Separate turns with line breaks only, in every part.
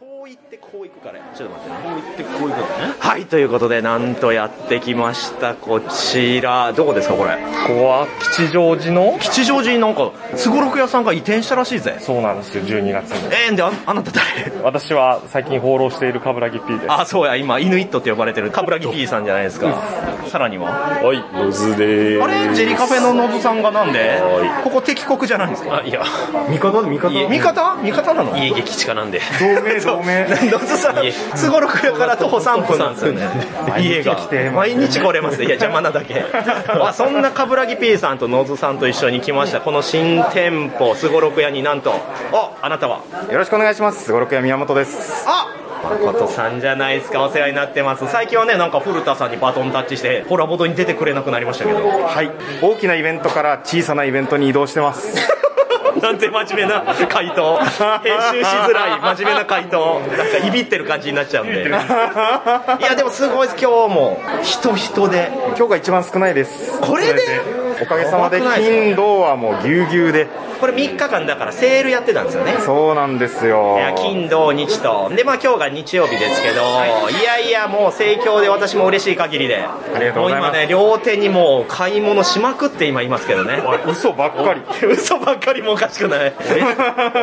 行ってこう行くからやちょっと待ってね
こう行ってこう行くのね
はいということでなんとやってきましたこちらどこですかこれ
ここは吉祥寺の
吉祥寺になんかすごろく屋さんが移転したらしいぜ
そうなんですよ12月に
えー、んでああなた 誰
私は最近放浪している冠城 P です
あそうや今イヌイットって呼ばれてる冠城 P さんじゃないですかさらには
はい、ノズでーす。
あれジェリカフェのノブさんがなんでここ敵国じゃないんですか
あ、いや、
味方味方
味方味方なの
家激地下なんで。
同盟同盟
ノズさん、 すごろく屋から徒歩3分なんですよね。家が
毎日来て。
毎日来れますね。いや、邪魔なだ け。あそんな冠城 P さんとノズさんと一緒に来ました。この新店舗、すごろく屋になんと、あ、あなたは、
よろしくお願いします。すごろくや宮本です。
あ誠さんじゃないですか、お世話になってます。最近はね、なんか古田さんにバトンタッチして、ホラボドに出てくれなくなりましたけど。
はい。大きなイベントから小さなイベントに移動してます。
なんて真面目な回答。編集しづらい真面目な回答。なんかいびってる感じになっちゃうんで。いや、でもすごいです、今日も。人人で。
今日が一番少ないです。
これで
おかげさまで
やばくないですか
金土はもうぎゅうぎゅうで。
これ3日間だからセールやってたんですよね
そうなんです
い。
よ
や金土日とでまあ今日が日曜日ですけど、い、やいやもう盛況で私も嬉しい限りであ
りがとうござい
もう今
ます
ね両手にもう買い物しまくって今いますけどね
嘘ばっかり。
嘘ばっかりもおかしくない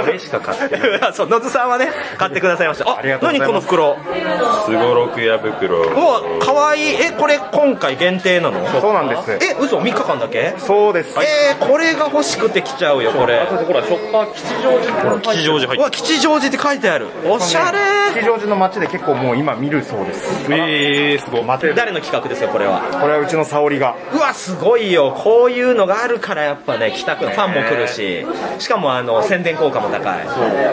俺しか買ってない。
そう野津さんはね買ってくださいましたあ
ありがとうござい
何
ます
この袋
すごろくや袋。
うわかわいいえこれ今回限定なの
そうなんです
え嘘3日間だけ
そうです。
えー、これが欲しくて来ちゃうよこれ
ほら、ショッパー吉祥寺。ほら、吉祥寺入
うわ吉祥寺って書いてあるおしゃれ
吉祥寺の街で結構もう今見るそうです。
ってる。えー、すごい。待て
誰の企画ですかこれは
これはうちの沙織が。
うわすごいよこういうのがあるからやっぱね来たくなるファンも来るししかもあの宣伝効果も高い、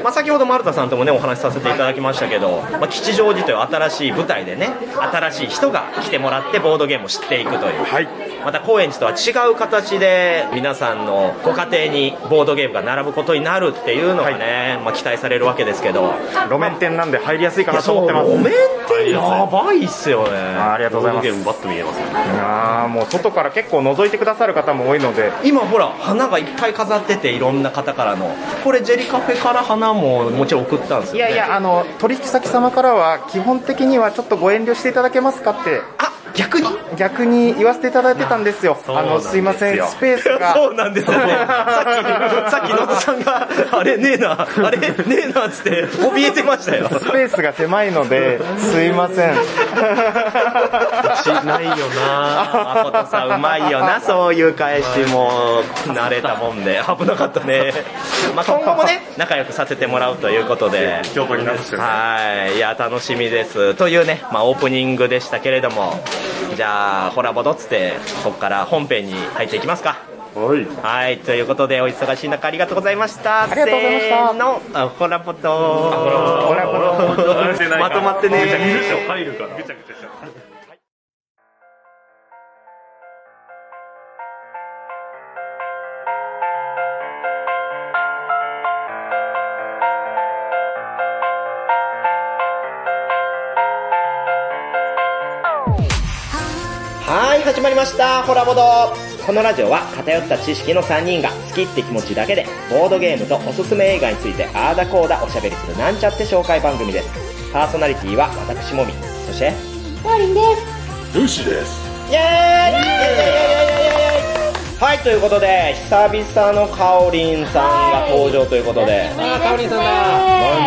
まあ、先ほど丸田さんともねお話しさせていただきましたけど、まあ、吉祥寺という新しい舞台でね新しい人が来てもらってボードゲームを知っていくという、
はい。
また高円寺とは違う形で皆さんのご家庭にボードゲームが並ぶことになるっていうのがね、まあ、期待されるわけですけど
路面店なんで入りやすいか
いや
なと
そう
思ってま
お面
す。
ってやばいっすよね
あありがとうございます。
バッと見えます。
ああ、もう外から結構覗いてくださる方も多いので、
今ほら花がいっぱい飾ってていろんな方からのこれジェリカフェから花ももちろん送ったんです
い
よ、
や
ね、
いや、あの、取引先様からは、基本的にはちょっとご遠慮していただけますかって、
あ逆に
逆に言わせていただいてたんですよ。
うな
あ
んで
の、
すよ
すいません、スペース
そう
が。
なんですよねさっきさっき野田さんが あれねえなあれねえなっつって怯えてましたよ
スペースが狭いので、すいません。
しないよな誠さんうまいよなそういう返しも慣れたもんで危なかったね、まあ、今後もね仲良くさせてもらうということで
今日もり直してる
はいいや楽しみですというね、まあ、オープニングでしたけれどもじゃあホラボドっつってここから本編に入っていきますか
はい
はいということでお忙しい中ありがとうございましたあ
りがとうございました
せーのあホラボド
ほらほらほら。
まとまってね
ぐちゃぐちゃ入るからぐちゃぐちゃしちゃう
はい始まりましたホラボドこのラジオは偏った知識の3人が好きって気持ちだけでボードゲームとおすすめ映画についてあーだこーだおしゃべりするなんちゃって紹介番組ですパーソナリティは私もみそして
ルシです。
イエーイはいということで久々のかおりんさんが登場ということで、
あ、かおりんさん
な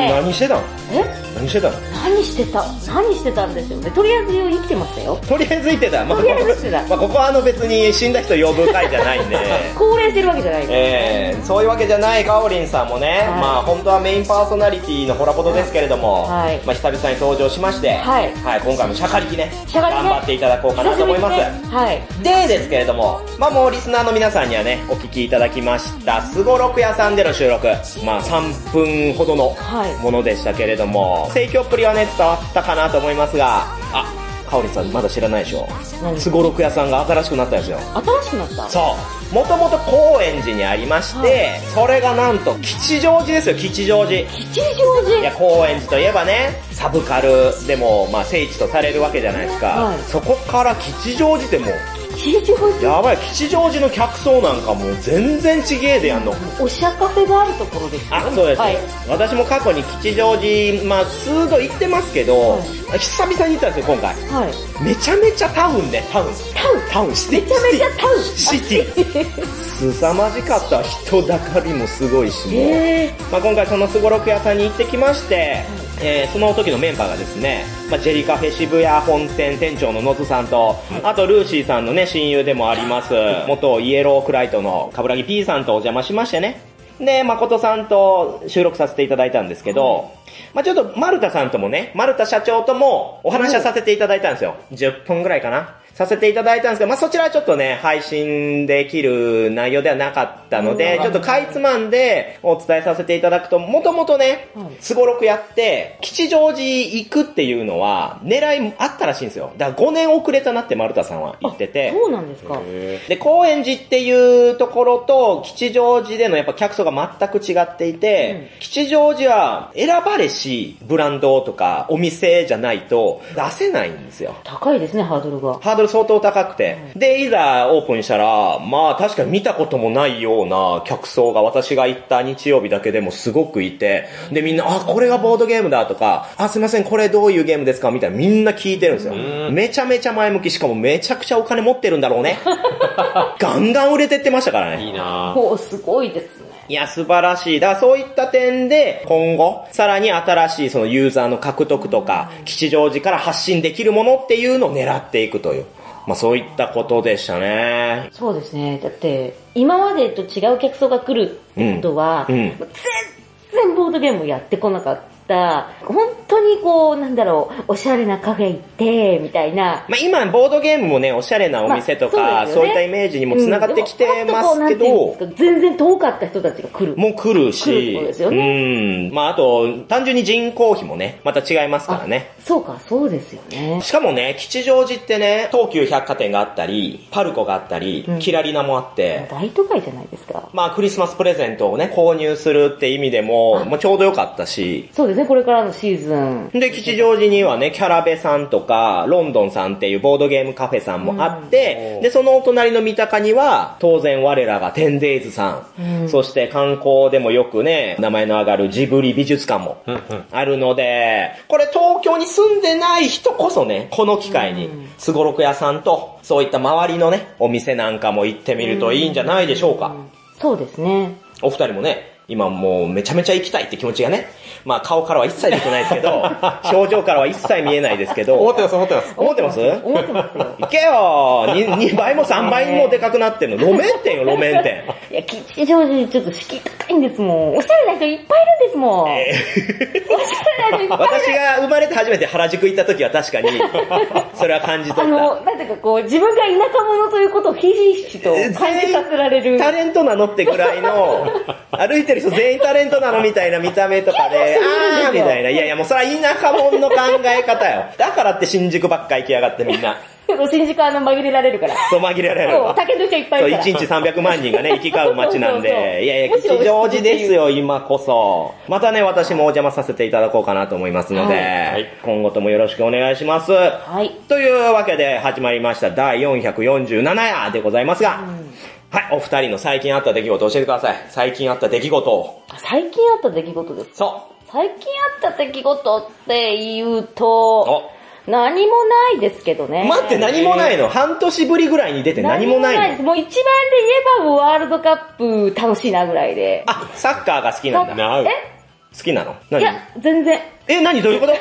だ。
何してたの
え
何してたの
何してた何してたんですよね。とりあえず生きてましたよ。
とりあえず行ってた、まあ、
とりあえず行ってた
まあ、ここはあの別に死んだ人呼ぶ回じゃ ないんで
高齢してるわけじゃないで
えー、そういうわけじゃないかおりんさんもね、
はい
まあ本当はメインパーソナリティのホラボドですけれども、
はい
まあ、久々に登場しまして、
はい
今回もしゃかりきね
しゃかりき
頑
ね
張っていただこう
す。
かなと思います、
久しぶりにねはい。
でですけれども、まあもうリスナーの皆さんにはね、お聞きいただきました、すごろく屋さんでの収録、まあ3分ほどの
はい
ものでしたけれども、盛況っぷりはね、伝わったかなと思いますが、あ、かおりんさんまだ知らないでしょ
何
すごろく屋さんが新しくなったんですよ。
新しくなった
そう。もともと高円寺にありまして、それがなんと吉祥寺ですよ、吉祥寺。い
吉祥
や、
寺。
高円寺といえばね、サブカルでも、まあ、聖地とされるわけじゃないですか。
はい
そこから吉祥寺ってもう、
吉祥寺
やばい、吉祥寺の客層なんかもう全然ちげえでやんの。
おしゃカフェがあるところですよ
あ、そうです、
はい
私も過去に吉祥寺、まあ数度行ってますけど、久々に行ったんですよ、今回。
はい
めちゃめちゃタウンで、タウン。タウンタウン、シティ。
めちゃめちゃタウン
シティ。シティ。凄まじかった。人だかりもすごいし、もう
え
まあ、今回そのすごろく屋さんに行ってきまして、えーその時のメンバーがですね、まあ、ジェリカフェ渋谷本店店長の野津さんと、あとルーシーさんのね、親友でもあります、元イエロークライトの冠城 P さんとお邪魔しましてね、で、誠さんと収録させていただいたんですけど、まあちょっと丸田さんともね、丸田社長ともお話はさせていただいたんですよ。10分ぐらいかな。させていただいたんですけど、まあそちらはちょっとね、配信できる内容ではなかったので、ちょっとかいつまんでお伝えさせていただくと、もともとね、すごろくやって、吉祥寺行くっていうのは、狙いあったらしいんですよ。だから5年遅れたなって丸田さんは言ってて。
そうなんですか
で、高円寺っていうところと、吉祥寺でのやっぱ客層が全く違っていて、吉祥寺は選ばれしブランドとかお店じゃないと出せないんですよ。
高いですねハードルが
ハードル相当高くて。で、いざオープンしたら、まあ確かに見たこともないような客層が私が行った日曜日だけでもすごくいて、でみんな、あ、これがボードゲームだとか、あ、すいません、これどういうゲームですかみたいなみんな聞いてるんですよ。めちゃめちゃ前向き、しかもめちゃくちゃお金持ってるんだろうね。ガンガン売れてってましたからね。
いいな
おすごいですね
いや、素晴らしい。だからそういった点で、今後、さらに新しいそのユーザーの獲得とか、吉祥寺から発信できるものっていうのを狙っていくという。まあそういったことでしたね。
そうですねだって今までと違う客層が来るってことは、
うんうん
全然ボードゲームやってこなかった本当にこうなんだろうおしゃれなカフェ行ってみたいな
まあ今、ボードゲームもね、おしゃれなお店とか、
まあ
そう
ですよね
いったイメージにも繋がってきてま
うん
すけ
で
ど
ももっとこうなんていうんで、すか全然遠かった人たちが来る。
もう来る
来るって
し、
ことですよ
うん。まああと、単純に人口比もね、また違いますからね。
そうか、そうですよね。
しかもね、吉祥寺ってね、東急百貨店があったり、パルコがあったり、キラリナもあって、
大都会じゃないですか。
まあクリスマスプレゼントをね、購入するって意味でも、まあちょうどよかったし、
そうですね、これからのシーズン。
で、吉祥寺にはね、キャラベさんとか、ロンドンさんっていうボードゲームカフェさんもあって、で、そのお隣の三鷹には、当然我らがテンデイズさん、そして観光でもよくね、名前の上がるジブリ美術館もあるので、これ東京に住んでない人こそね、この機会に、すごろく屋さんと、そういった周りのね、お店なんかも行ってみるといいんじゃないでしょうか。
そうですね。
お二人もね、今もうめちゃめちゃ行きたいって気持ちがね、まあ顔からは一切出てないですけど、表情からは一切見えないですけど、
思ってます、思ってます。
思ってます
思ってますよ。
行けよ 2, 倍も3倍もでかくなってるの。路面店よ、路面店。
いや、吉祥寺ちょっと敷居高いんですもん。おしゃれな人いっぱいいるんですもん。おしゃれな人いっぱいい
私
る。
が生まれて初めて原宿行った時は確かに、それは感じ
あ
取った。
の、なんていうかこう、自分が田舎者ということをひしひしと感じさせられる。
タレントなのってぐらい の、歩いてる人全員タレントなのみたいな見た目とか で、あーみたいな。いやいや、もうそれは田舎者の考え方よ。だからって新宿ばっか行きやがってみんな。
新宿はあの、紛れられるから。
そう紛れられる
そう、
わ。
竹の人いっぱいい
そう、
る
1
から。
日300万人がね、行き交う街なんで。
そうそうそう
いやいや、
むしろ
吉祥寺ですよ、今こそ。またね、私もお邪魔させていただこうかなと思いますので、
い
今後ともよろしくお願いします。
はい。
というわけで始まりました第447夜でございますが、はい、お二人の最近あった出来事を教えてください。最近あった出来事を。
最近あった出来事です。
そ
最近あった出来事って言う
う。
と、
お
何もないですけどね。
待って、何もないの。半年ぶりぐらいに出て何もないの。
です。もう一番で言えばもうワールドカップ楽しいなぐらいで。
あ、サッカーが好きなんだ。
なう。
好きなの
え
何
いや、全然。
え、何どういうこと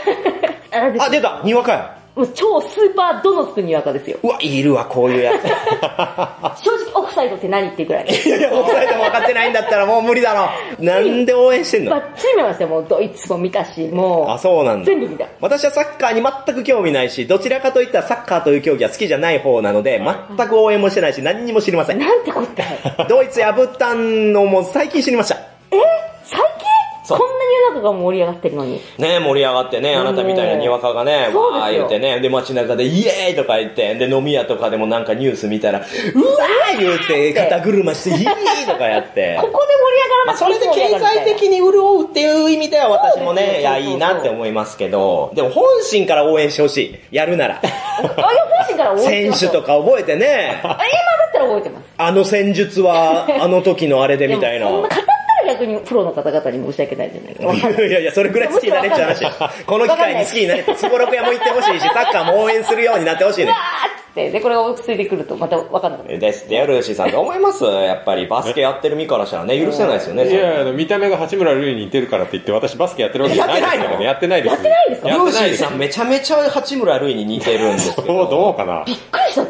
あです
あ、出たにわかや。
もう超スーパーどのつくにわかですよ。
うわ、いるわ、こういう やつ。
正直オフサイドって何っていうぐらい。
いやいや、オフサイドも分かってないんだったらもう無理だろ。なんで応援してん
バ
の
ッチリ見ましたよ。もうドイツも見たし、もう。
あ、そうなんだ
全。部見た。
私はサッカーに全く興味ないし、どちらかといったらサッカーという競技は好きじゃない方なので、全く応援もしてないし、何にも知りませ ん。
なんてこったい。
ドイツ破ったのも最近知りました。
最近こんなに世の中が盛り上がってるのに。
ね盛り上がってね、あなたみたいなにわかがね、
そうですよ
わー言ってね、で、街中でイエーイとか言って、で、飲み屋とかでもなんかニュース見たら、うわー言って、肩車してイエーイとかやって
こ。こで盛り上がら
ま
な
あ、
く
それで経済
に。
的に潤うっていう意味では私も
そうです
ね、
よ
いや、いいなって思いますけど、でも本心から応援してほしい。やる なら。
あ、いや、本心から覚えて
選
ます
手とか覚えてね、
あ今だったら覚えてます。
あの戦術は、 あの時のあれでみたい
でもそん
な
な。語ったら逆にプロの方々に申し訳ないじゃないですか。
いやいや、それぐらい好きになれっちゃう話
わかんない。
この機会に好きになれって、つぼろく屋も行ってほしいし、サッカーも応援するようになってほしいね
あ。ーっつって、で、これが落ち着いてくるとまた分かんなくなる。
ですって、ルーシーさん。どう思いますやっぱりバスケやってる身からしたらね、許せないですよね。
いやいや、見た目が八村塁に似てるからって言って、私バスケやってるわけじゃないですからね。やってないです。やってないです
ル
やっ
ー
て
シ
ない
ー
です。
さんめちゃめちゃ八村塁に似てるんですけ
そう、
ど。
どうかな。
びっくりした、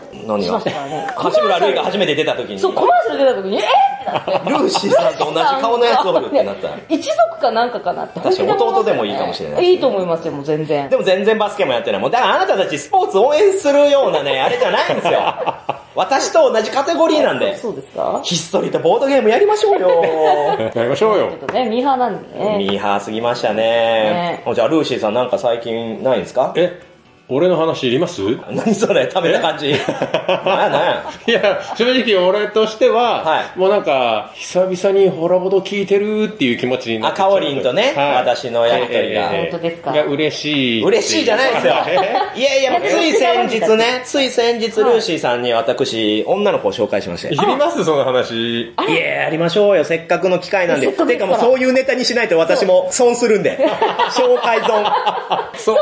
しましたからね。
八村塁が初めて出た時に。
そう、コマーシャル出た時に、えーってな って。
ルーシーさんと同じ顔のやつおるって なった。
一族かなんかかなって。
確かに弟でもいいかもしれないですね
いいと思いますよ、もう全然。
でも全然バスケもやってない。もう、だからあなたたちスポーツ応援するようなね、あれじゃないんです よ。私と同じカテゴリーなんで。
そうですか
ひっそりとボードゲームやりましょうよ。
やりましょう
ちょっ
よ。
とね、ミーハーなんでね。
ミーハーすぎましたね。じゃあ、ルーシーさんなんか最近ないんですか
え、俺の話いります
何それ食べた 感じ。なんやなんや。
いや、正直俺としては、
はい
もうなんか、久々にホラボド聞いてるっていう気持ちにな
あ、
ってち
か
ゃう
おりんとね、
はい
私のやりとりが。
ええ本当ですか
が嬉しい。
嬉しいじゃないです よ。いやいや、つい先日ね、 つい先日、ルーシーさんに私、女の子を紹介しまして。
いりますその話。
いや、やりましょうよ、せっかくの機会なんで。
せっかく
て
です
か
から
もうそういうネタにしないと私も損するん で。紹介 損。
そう。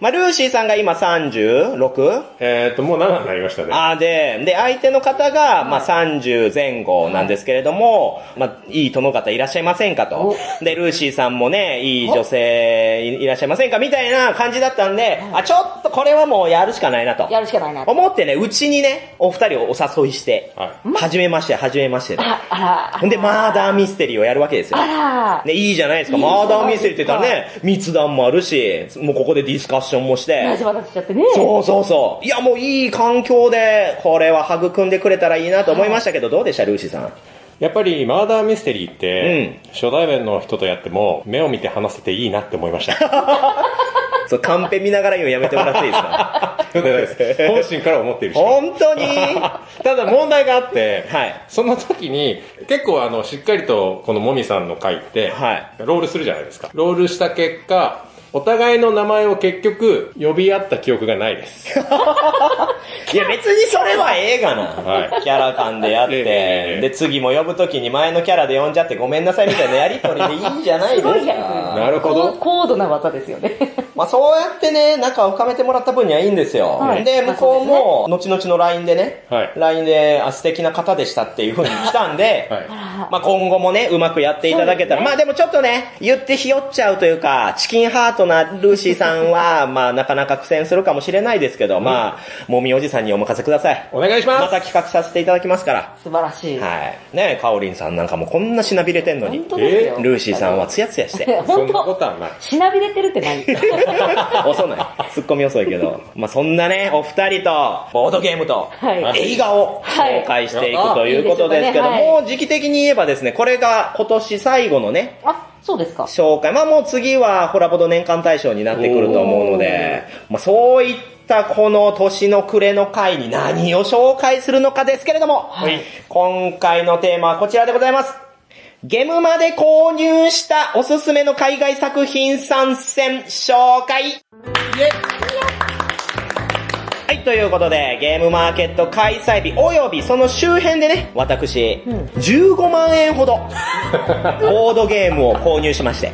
まあ、ルーシーさんが今 36?
えーっと、もう長くなりましたね。
あーで、で、相手の方が、まあ、30前後なんですけれども、まあ、いい殿方いらっしゃいませんかと。で、ルーシーさんもね、いい女性いいらっしゃいませんかみたいな感じだったんで、あ、ちょっとこれはもうやるしかないなと。
やるしかないな。
思ってね、うちにね、お二人をお誘いして、
は
はじめまして、はじめましてと。
ああら、あ
ほんで、マーダーミステリーをやるわけですよ。
ら、
ね、いいじゃないですか。マーダーミステリーって言ったらね、密談もあるし、もうここでディスカッションもして。
ラジバラしちゃってね。
そうそうそう。いや、もういい環境で、これは育んでくれたらいいなと思いましたけど、どうでした、ルーシーさん。
やっぱり、マーダーミステリーって、初対面の人とやっても、目を見て話せていいなって思いま した。
そう、カンペ見ながら言うのやめてもらっていいですか
本 心から思っている人。
本当に
ただ問題があって、
はい
その時に結構あのしっかりとこのもみさんの回って、
はい
ロールするじゃないですかロールした結果お互いの名前を結局呼び合った記憶がないです。
いや、別にそれはええがな。
はい
キャラ間でやって、
ええええ
で、次も呼ぶときに前のキャラで呼んじゃってごめんなさいみたいなやりとりでいいんじゃないです
すごいじゃ
か。
なるほ
高
ど。
高度な技ですよね。
まあそうやってね、仲を深めてもらった分にはいいんですよ。
はい
で、向こうも、後々の LINE でね、
はい
LINE で、あ、素敵な方でしたっていう風に来たんで、
はい
まあ今後もね、うまくやっていただけたら、まあでもちょっとね、言ってひよっちゃうというか、チキンハートなルーシーさんは、 まあなかなか苦戦するかもしれないですけど、まあ、もみおじさんにお任せください。
お願いし
ま
ます。
た企画させていただきますから。
素晴らしい。
はい。ねえ、かおりんさんなんかもこんなしなびれてんのに
本、当ですよ。
ルーシーさんはツヤツヤして。
そ
本
んなこ
当
とはない。
しなびれてるって何
遅ない。ツッコミ遅いけど。まあ、そんなね、お二人と、ボードゲームと、
はい
映画を
はい
紹介していくということですけど、
いいですよねは
もう時期的に言えばですね、これが今年最後のね、
あ、そうですか。
紹介。まあ、もう次はホラボド年間大賞になってくると思うので、まあ、そういったこの年の暮れの回に何を紹介するのかですけれども、今回のテーマはこちらでございます。ゲームまで購入したおすすめの海外作品参戦紹介はい、ということで、ゲームマーケット開催日及びその周辺でね、私、15万円ほど、ボードゲームを購入しまして。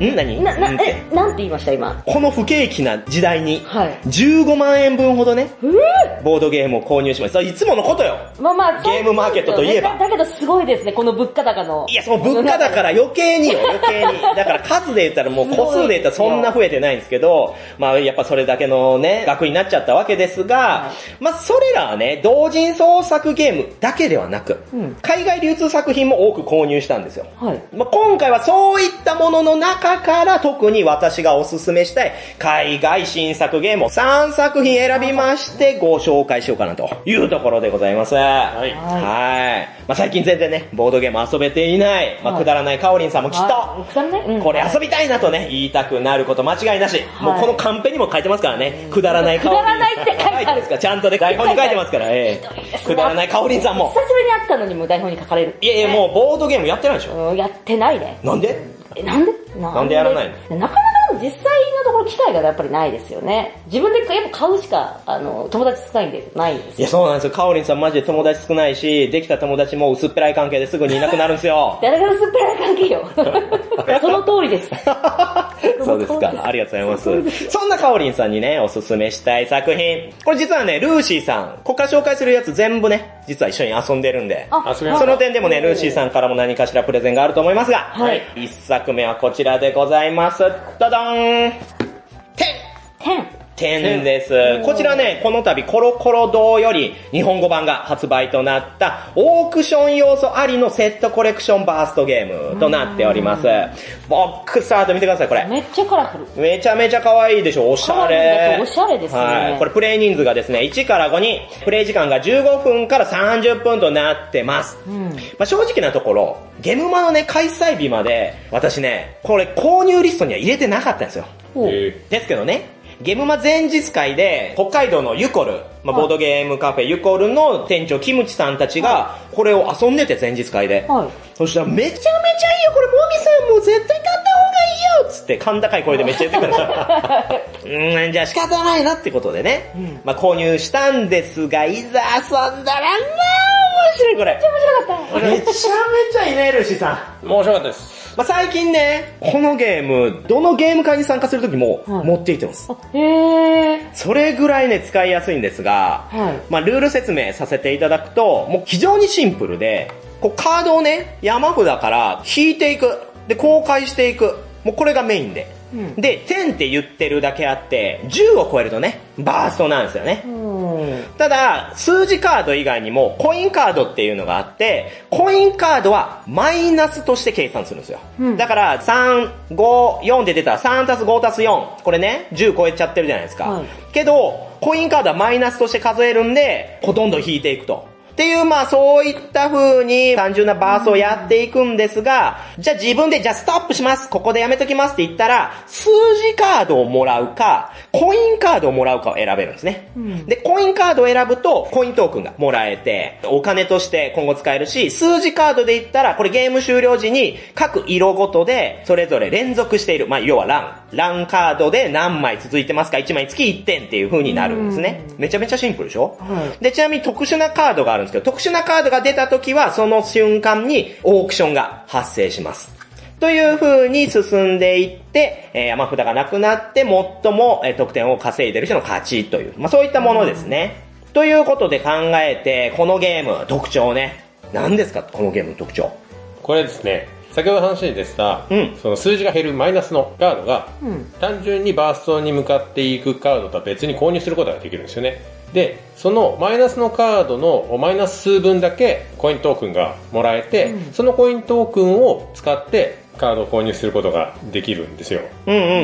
ん何
な、
うんっ
な、
て
え、なんて言いました、今。
この不景気な時代に、
はい
15万円分ほどね、
えー
ボードゲームを購入しました。いつものことよ。
まあまあ、
ゲームマーケットといえば
だだけどすごいですね、この物価高の。
いや、その物価だから余計 によ、余計に。だから数で言ったらもう個数で言ったらそんな増えてないんですけど、まあやっぱそれだけのね、額になっちゃったわけですが、まあそれらはね、同人創作ゲームだけではなく、
うん
海外流通作品も多く購入したんですよ。
はい。
まあ、今回はそういったものの中中から特に私がおすすめしたい海外新作ゲームを3作品選びましてご紹介しようかなというところでございます。はい。はい。まあ、最近全然ね、ボードゲーム遊べていない、まあ、
はい
くだらないかおりんさんもきっ
は
と
い、くだらないうん
これ遊びたいなとね、言いたくなること間違いなし。もうこのカンペにも書いてますからね。くだらないかおりん。
くだらないって書いてある
ですかちゃんとね、台本に書いてますから。え
ひどいで
え。
す
くだらないかおりんさん
久
も
し。ぶりに会ったのにもう台本に書かれる。
いやいや、もうボードゲームやってないでしょ。
うん、やってないね。
なんで
えなんでな
なんでやらない
なかなかでも実際のところ機会がやっぱりないですよね。自分でやっぱ買うしか、あの、友達少ないんで、ないです。
いや、そうなんですよ。かおりんさんマジで友達少ないし、できた友達も薄っぺらい関係ですぐにいなくなるんですよ
誰が薄っぺらい関係よ。その通りです。
そうですか。 ありがとうございます。そんなかおりんさんにね、おすすめしたい作品。これ実はね、ルーシーさん、ここから紹介するやつ全部ね、実は一緒に遊んでるんで。
あ
その点でもね、ルーシーさんからも何かしらプレゼンがあると思いますが、
はい
一作目はこちらでございます。ドドーン
天。
10です。こちらね、この度コロコロ堂より日本語版が発売となったオークション要素ありのセットコレクションバーストゲームとなっております。ボックスアート見てください、これ。
めっちゃカラフル。
めちゃめちゃ可愛いでしょ、おしゃ
可愛い
れ
ん。だけどおしゃれですね
はい。これプレイ人数がですね、1から5人、プレイ時間が15分から30分となってます。
うん。
まあ、正直なところ、ゲムマのね、開催日まで、私ね、これ購入リストには入れてなかったんですよ。
ほう
え
ですけどね、ゲムマ前日会で、北海道のユコル、まあ、
はい
ボードゲームカフェユコルの店長、キムチさんたちが、これを遊んでて、前日会で。
はい。
そしたら、めちゃめちゃいいよ、これ、モミさんもう絶対買った方がいいよつって、甲高い声でめっちゃ言ってくるん ですよ。うーん、じゃあ仕方ないなってことでね。
ん
まあ、購入したんですが、いざ遊んだら、まあ、面白い、これ。
面白かった。
めちゃめちゃいいね、ルシさん。
面白かったです。
まあ、最近ね、このゲーム、どのゲーム会に参加するときも
はい
持っていってます。
あへえ。
それぐらいね、使いやすいんですが、
はい
まあ、ルール説明させていただくと、もう非常にシンプルで、こうカードをね、山札から引いていく。で、公開していく。もうこれがメインで。
うん
で、10って言ってるだけあって、10を超えるとね、バーストなんですよね。
うん。
ただ、数字カード以外にも、コインカードっていうのがあって、コインカードはマイナスとして計算するんですよ。
うん
だから、3、5、4で出たら、3たす5たす4。これね、10超えちゃってるじゃないですか。
はい
けど、コインカードはマイナスとして数えるんで、ほとんど引いていくと。っていう、まあ、そういった風に単純なバースをやっていくんですが、じゃあ自分で、じゃあストップしますここでやめときますって言ったら、数字カードをもらうか、コインカードをもらうかを選べるんですね。
ん
で、コインカードを選ぶと、コイントークンがもらえて、お金として今後使えるし、数字カードで言ったら、これゲーム終了時に、各色ごとで、それぞれ連続している。まあ、要はラン。ランカードで何枚続いてますか ?1 枚につき1点っていう風になるんですね。めちゃめちゃシンプルでしょ、
はい
で、ちなみに特殊なカードがあるんですけど、特殊なカードが出た時は、その瞬間にオークションが発生します。という風に進んでいって、えー山札がなくなって、最も、えー得点を稼いでる人の勝ちという、まあ、そういったものですね。ということで考えて、このゲーム、特徴ね。何ですかこのゲームの特徴。
これですね、先ほど話に出てた、
うん
その数字が減るマイナスのカードが、
うん。
単純にバーストに向かっていくカードとは別に購入することができるんですよね。で、そのマイナスのカードのマイナス数分だけコイントークンがもらえて、
うん
そのコイントークンを使ってカードを購入することができるんですよ。
うんう。
うん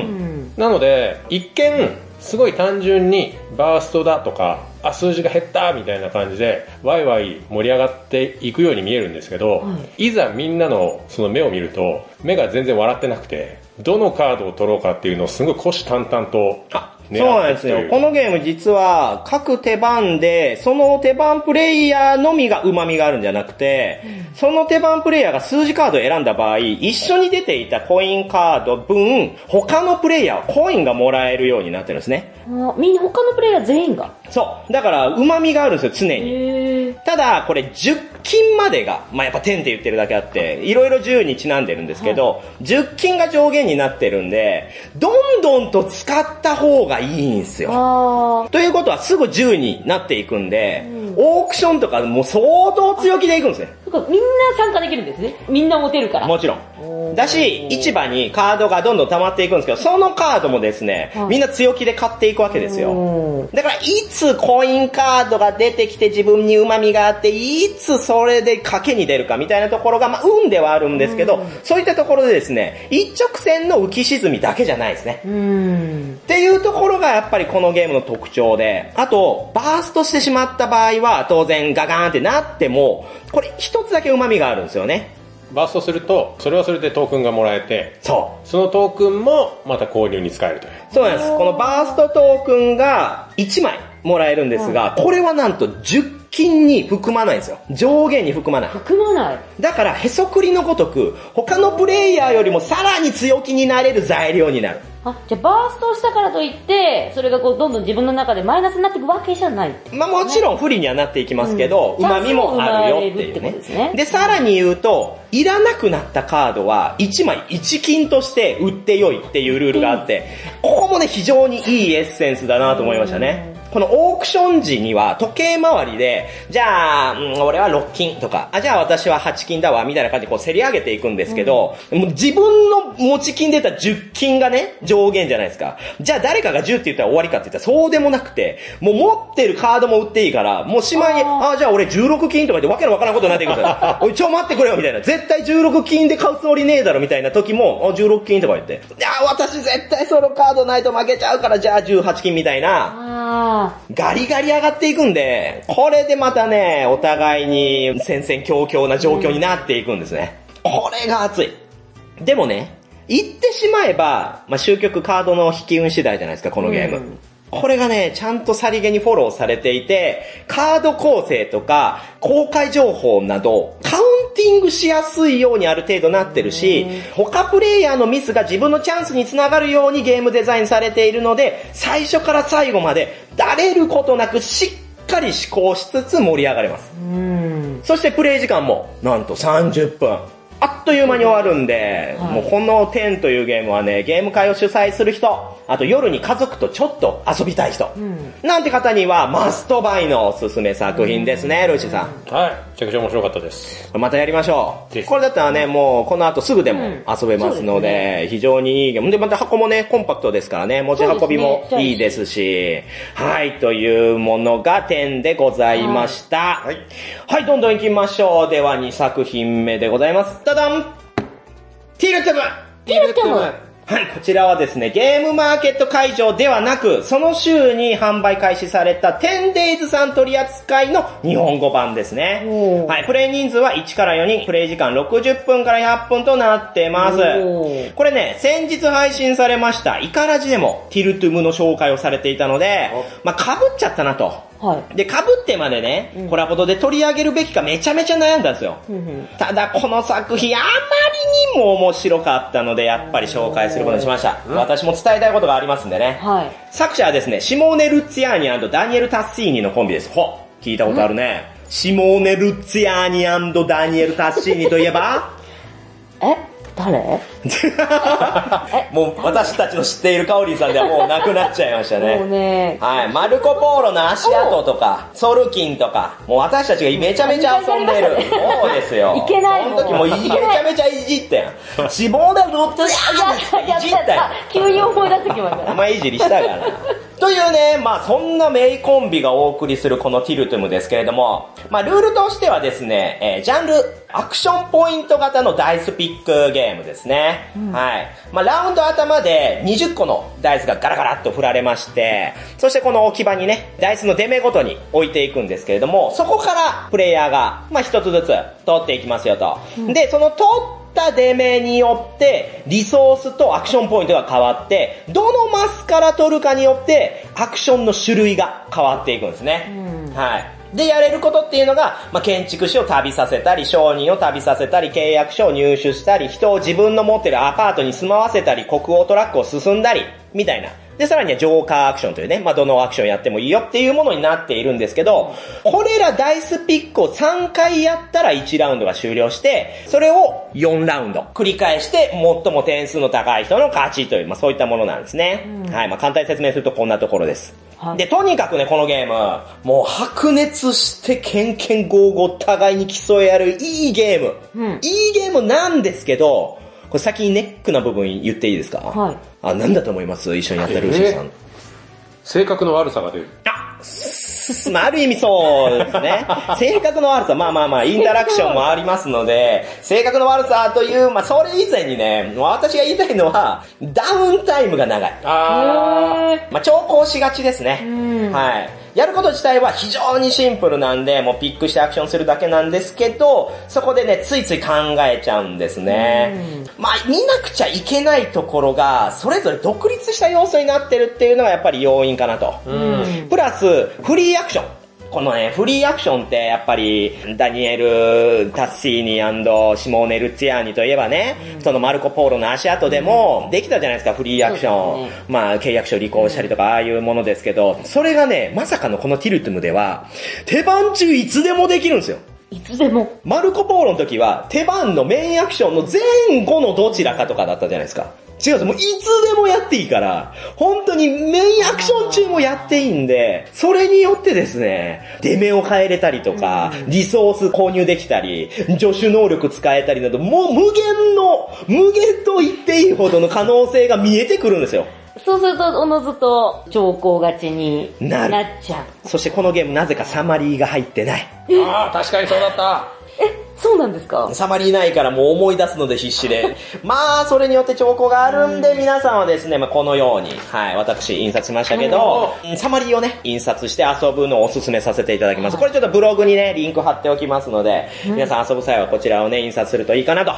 ん。
なので、一見、すごい単純にバーストだとか、あ、数字が減ったみたいな感じで、ワイワイ盛り上がっていくように見えるんですけど、い、ざみんなのその目を見ると、目が全然笑ってなくて、どのカードを取ろうかっていうのをすごい虎視眈々と
あ、
狙っていくとい
そうなんですよ。このゲーム実は各手番で、その手番プレイヤーのみが旨味があるんじゃなくて、その手番プレイヤーが数字カードを選んだ場合、一緒に出ていたコインカード分、他のプレイヤーはコインがもらえるようになってるんですね。
あみんな他のプレイヤー全員が。
そう。だから旨味があるんですよ、常に。
へえ。
ただ、これ10金までが、まあ、やっぱ10って言ってるだけあって、いろいろ10にちなんでるんですけど、10金が上限になってるんで、どんどんと使った方がいいんですよ。
あ
ということはすぐ10になっていくんで、オークションとかもう相当強気でいくんですね。
そっかみんな参加できるんですね。みんな持てるから。
もちろん。だし、市場にカードがどんどん溜まっていくんですけど、そのカードもですね
はい、
みんな強気で買っていくわけです
お
よ。だから、いつコインカードが出てきて自分に旨味があって、いつそれで賭けに出るかみたいなところが、まあ、運ではあるんですけど、そういったところでですね、一直線の浮き沈みだけじゃないですね。
うん。
っていうところがやっぱりこのゲームの特徴で、あと、バーストしてしまった場合は、当然ガガーンってなっても、これ一つだけ旨味があるんですよね。
バーストすると、それはそれでトークンがもらえて、
そう。
そのトークンもまた購入に使えるという。
そうなんです。このバーストトークンが1枚もらえるんですが、これはなんと10金に含まないんですよ。上限に含まない。
含まない。
だから、へそくりのごとく、他のプレイヤーよりもさらに強気になれる材料になる。
あ、じゃあバーストをしたからといって、それがこう、どんどん自分の中でマイナスになっていくわけじゃない。
まあもちろん不利にはなっていきますけど、
うん
旨味もあるよっていう
チャンスも奪われるってこと
ね
です。ね
で、さらに言うと、いらなくなったカードは1枚1金として売ってよいっていうルールがあって、ここもね、非常にいいエッセンスだなと思いましたね。このオークション時には時計回りで、じゃあ、うん俺は6金とか、あ、じゃあ私は8金だわ、みたいな感じでこう競り上げていくんですけど、もう自分の持ち金で言ったら10金がね、上限じゃないですか。じゃあ誰かが10って言ったら終わりかって言ったらそうでもなくて、もう持ってるカードも売っていいから、もうしまいに、ああ、じゃあ俺16金とか言ってわけのわからんことになっていくん だおい、ちょ、待ってくれよ、みたいな。絶対16金で買うつもりねえだろ、みたいな時も、あ16金とか言って。いやー、私絶対そのカードないと負けちゃうから、じゃあ18金みたいな。
あ
ガリガリ上がっていくんで、これでまたね、お互いに戦々恐々な状況になっていくんですね。これが熱い。でもね、言ってしまえば、まあ、終局カードの引き運次第じゃないですか、このゲーム。
うん
これがね、ちゃんとさりげにフォローされていて、カード構成とか、公開情報など、カウンティングしやすいようにある程度なってるし、他プレイヤーのミスが自分のチャンスにつながるようにゲームデザインされているので、最初から最後まで、だれることなくしっかり思考しつつ盛り上がれます。
あ。うん。
そしてプレイ時間も、なんと30分。あっという間に終わるんで、
はい
もうこの10というゲームはね、ゲーム会を主催する人、あと夜に家族とちょっと遊びたい人、
ん
なんて方にはマストバイのおすすめ作品ですね、ルーシーさん。
はい。めちゃくちゃ面白かったです。
またやりましょ
ぜ
う。
ひ
これだったらね、もうこの後すぐでも
うん
遊べます
そ
の
うです
で、非常にいいゲーム。で、また箱もね、コンパクトですからね、持ち運びも
そうですね
いいですし、はい、というものが10でございました。はいい、どんどん行きましょう。では2作品目でございます。ダダンティルトム
ティルトム。
はい、こちらはですね、ゲームマーケット会場ではなく、その週に販売開始された 10days さん取り扱いの日本語版ですね
お。ー
はい、プレイ人数は1から4人、プレイ時間60分から100分となってます
おー。
これね、先日配信されました、イカラジでもティルトゥムの紹介をされていたので、まあ、被っちゃったなと。
は
で、被ってまでね、コラボとで取り上げるべきかめちゃめちゃ悩んだんですよ。
い。うん。
ただこの作品あまりにも面白かったのでやっぱり紹介することにしました、私も伝えたいことがありますんでね、
はい。
作者はですねシモーネ・ルッツィアーニダニエル・タッシーニのコンビですほ聞いたことあるね、シモーネ・ルッツィアーニダニエル・タッシーニといえば
え誰
もう私たちの知っているカオリンさんではもうなくなっちゃいましたね
もうね、
はい、マルコ・ポーロの足跡とか、ソルキンとか、もう私たちがめちゃめちゃ遊んでる。そうですよ。
いけない
その時もいめちゃめちゃいじって ん。脂肪だろっと
やったや
い
っ
じ
た
っ
やった
よ
た。急に思い出してきまし た。
お前いじりしたから。というね、まあそんな名コンビがお送りするこのティルトゥムですけれども、まあルールとしてはですね、えージャンル、アクションポイント型のダイスピックゲームですね。はい。まあラウンド頭で20個のダイスがガラガラっと振られまして、そしてこの置き場にね、ダイスの出目ごとに置いていくんですけれども、そこからプレイヤーが、まあ一つずつ取っていきますよと。で、その取っ取った出目によって、リソースとアクションポイントが変わって、どのマスから取るかによって、アクションの種類が変わっていくんですね。はい。で、やれることっていうのが、まあ、建築士を旅させたり、商人を旅させたり、契約書を入手したり、人を自分の持ってるアパートに住まわせたり、国王トラックを進んだり、みたいな。で、さらにはジョーカーアクションというね、まあ、どのアクションやってもいいよっていうものになっているんですけど、これらダイスピックを3回やったら1ラウンドが終了して、それを4ラウンド繰り返して、最も点数の高い人の勝ちという、まあ、そういったものなんですね。はい、まあ、簡単に説明するとこんなところです。
はい
で、とにかくね、このゲーム、もう白熱して、ケンケンゴーゴー互いに競い合るいいゲーム、
うん
いいゲームなんですけど、これ先にネックな部分言っていいですか
はい。
あ、なんだと思います一緒にやったルーシーさん。
性格の悪さが出る。
まあ、ある意味そうですね。性格の悪さ、まあまあまあ、インタラクションもありますので、性格の悪さという、まあ、それ以前にね、私が言いたいのは、ダウンタイムが長い。
あ
まあ、調校しがちですね。
うん
はい。やること自体は非常にシンプルなんで、もうピックしてアクションするだけなんですけど、そこでね、ついつい考えちゃうんですね。まあ、見なくちゃいけないところが、それぞれ独立した要素になってるっていうのがやっぱり要因かなと。プラス、フリーアクション。このね、フリーアクションって、やっぱり、ダニエル・タッシーニシモーネ・ルツィアーニといえばね、そのマルコ・ポーロの足跡でも、できたじゃないですか、フリーアクション。
そうです
まあ、契約書履行したりとか、ああいうものですけど、それがね、まさかのこのティルトゥムでは、手番中いつでもできるんですよ。
いつでも。
マルコ・ポーロの時は、手番のメインアクションの前後のどちらかとかだったじゃないですか。違うんですもういつでもやっていいから、本当にメインアクション中もやっていいんで、それによってですね、出目を変えれたりとか、リソース購入できたり、助手能力使えたりなど、もう無限の、無限と言っていいほどの可能性が見えてくるんですよ。
そうすると、おのずと、兆候勝ちに
な
な
る
っちゃう。
そしてこのゲームなぜかサマリーが入ってない。
ーあー、確かにそうだった。
え、そうなんですか
サマリーないからもう思い出すので必死 で。まあ、それによって兆候があるんで、皆さんはですね、まあ、このように、はい、私、印刷しましたけど、サマリーをね、印刷して遊ぶのをお勧めさせていただきます。これちょっとブログにね、リンク貼っておきますので、皆さん遊ぶ際はこちらをね、印刷するといいかなと。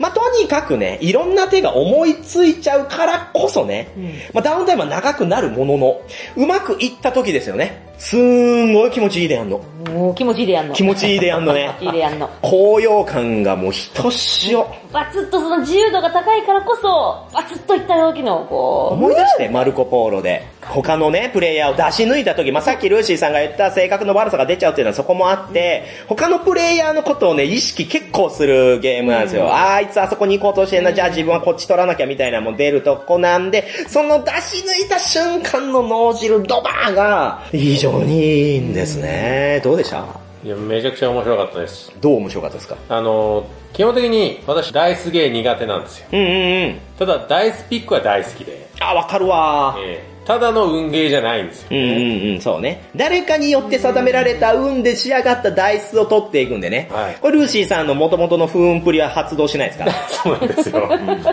まあ、とにかくね、いろんな手が思いついちゃうからこそね、まあ、ダウンタイムは長くなるものの、うまくいった時ですよね。すんごい気持ちいいでやんの。
もう気持ちいいでやんの。
気持ちいいでやんの ね
気持ちいいでやんの。
高揚感がもうひとしお。
バツッとその自由度が高いからこそ、バツッといった時の、こ
思い出して、マルコ・ポーロで。他のね、プレイヤーを出し抜いた時、まあ、さっきルーシーさんが言った性格の悪さが出ちゃうっていうのはそこもあって、他のプレイヤーのことをね、意識結構するゲームなんですよ。あーあいつあそこに行こうとしてんな、じゃあ自分はこっち取らなきゃみたいなもん出るとこなんで、その出し抜いた瞬間の脳汁ドバーが、非常にいいんですね。どうでした
いや、めちゃくちゃ面白かったです。
どう面白かったですか
あの、基本的に私、ダイスゲー苦手なんですよ。
うんうんうん。
ただ、ダイスピックは大好きで、
あ、わかるわー。
えーただの運ゲーじゃないんですよ。
うんうんうん、そうね。誰かによって定められた運で仕上がったダイスを取っていくんでね。
はい
これルーシーさんの元々の不運プリは発動しないです から。
そうなんで すよ。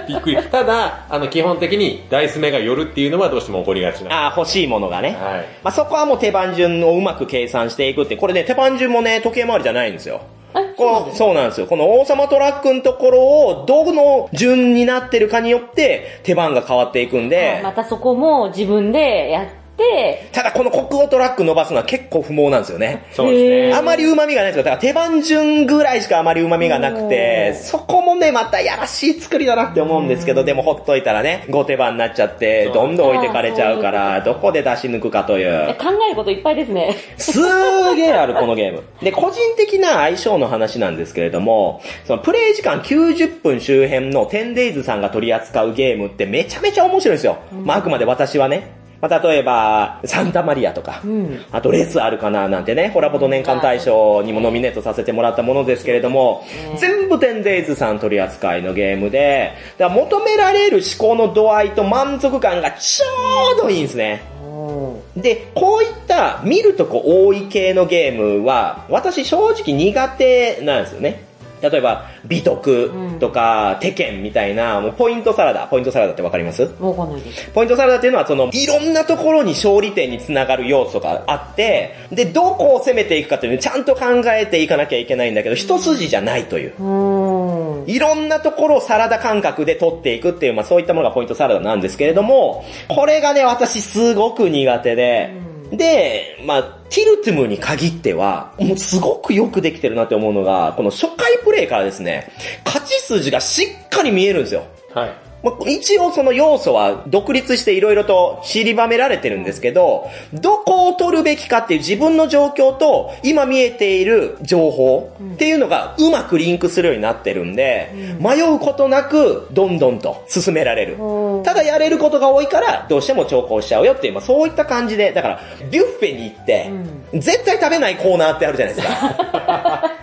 びっくり。ただ、あの、基本的にダイス目が寄るっていうのはどうしても起こりがちな。
ああ、欲しいものがね。
はい
まあそこはもう手番順をうまく計算していくって、これね、手番順もね、時計回りじゃないんですよ。
う、え、そうな
こ
んで
の
す
そうなんですよ。この王様トラックのところを、どの順になってるかによって、手番が変わっていくんで、
またそこも自分でやって、
ただこの国王トラック伸ばすのは結構不毛なんですよね。
そうですね。
あまり旨味がないんですよ。だから手番順ぐらいしかあまり旨味がなくて、そこもね、またやらしい作りだなって思うんですけど、でもほっといたらね、後手番になっちゃって、どんどん置いてかれちゃうから、どこで出し抜くかとい
え
う。
考えることいっぱいですね。
すーげーある、このゲーム。で、個人的な相性の話なんですけれども、そのプレイ時間90分周辺の 10days さんが取り扱うゲームってめちゃめちゃ面白いんですよ。まあ、あくまで私はね。まあ、例えば、サンタマリアとか、
ん
あとレスあるかななんてね、ホラボト年間大賞にもノミネートさせてもらったものですけれども、全部 10days さん取り扱いのゲームで、だから求められる思考の度合いと満足感がちょうどいいんですね。で、こういった見るとこ多い系のゲームは、私正直苦手なんですよね。例えば、美徳とか、テケンみたいな、もうポイントサラダ。ポイントサラダってわかります
もうわかんないです。
ポイントサラダっていうのは、その、いろんなところに勝利点につながる要素があって、で、どこを攻めていくかというのをちゃんと考えていかなきゃいけないんだけど、一筋じゃないという。
うーん。
いろんなところをサラダ感覚で取っていくっていう、まあそういったものがポイントサラダなんですけれども、これがね、私すごく苦手で、で、まあ、ティルトゥムに限っては、もうすごくよくできてるなって思うのが、この初回プレイからですね、勝ち筋がしっかり見えるんですよ。
はい。
まあ一応その要素は独立していろいろと散りばめられてるんですけど、どこを取るべきかっていう自分の状況と今見えている情報っていうのがうまくリンクするようになってるんで、迷うことなくどんどんと進められる
お。ー
ただやれることが多いからどうしても調校しちゃうよっていう、まあそういった感じで、だからビュッフェに行って、絶対食べないコーナーってあるじゃないですか。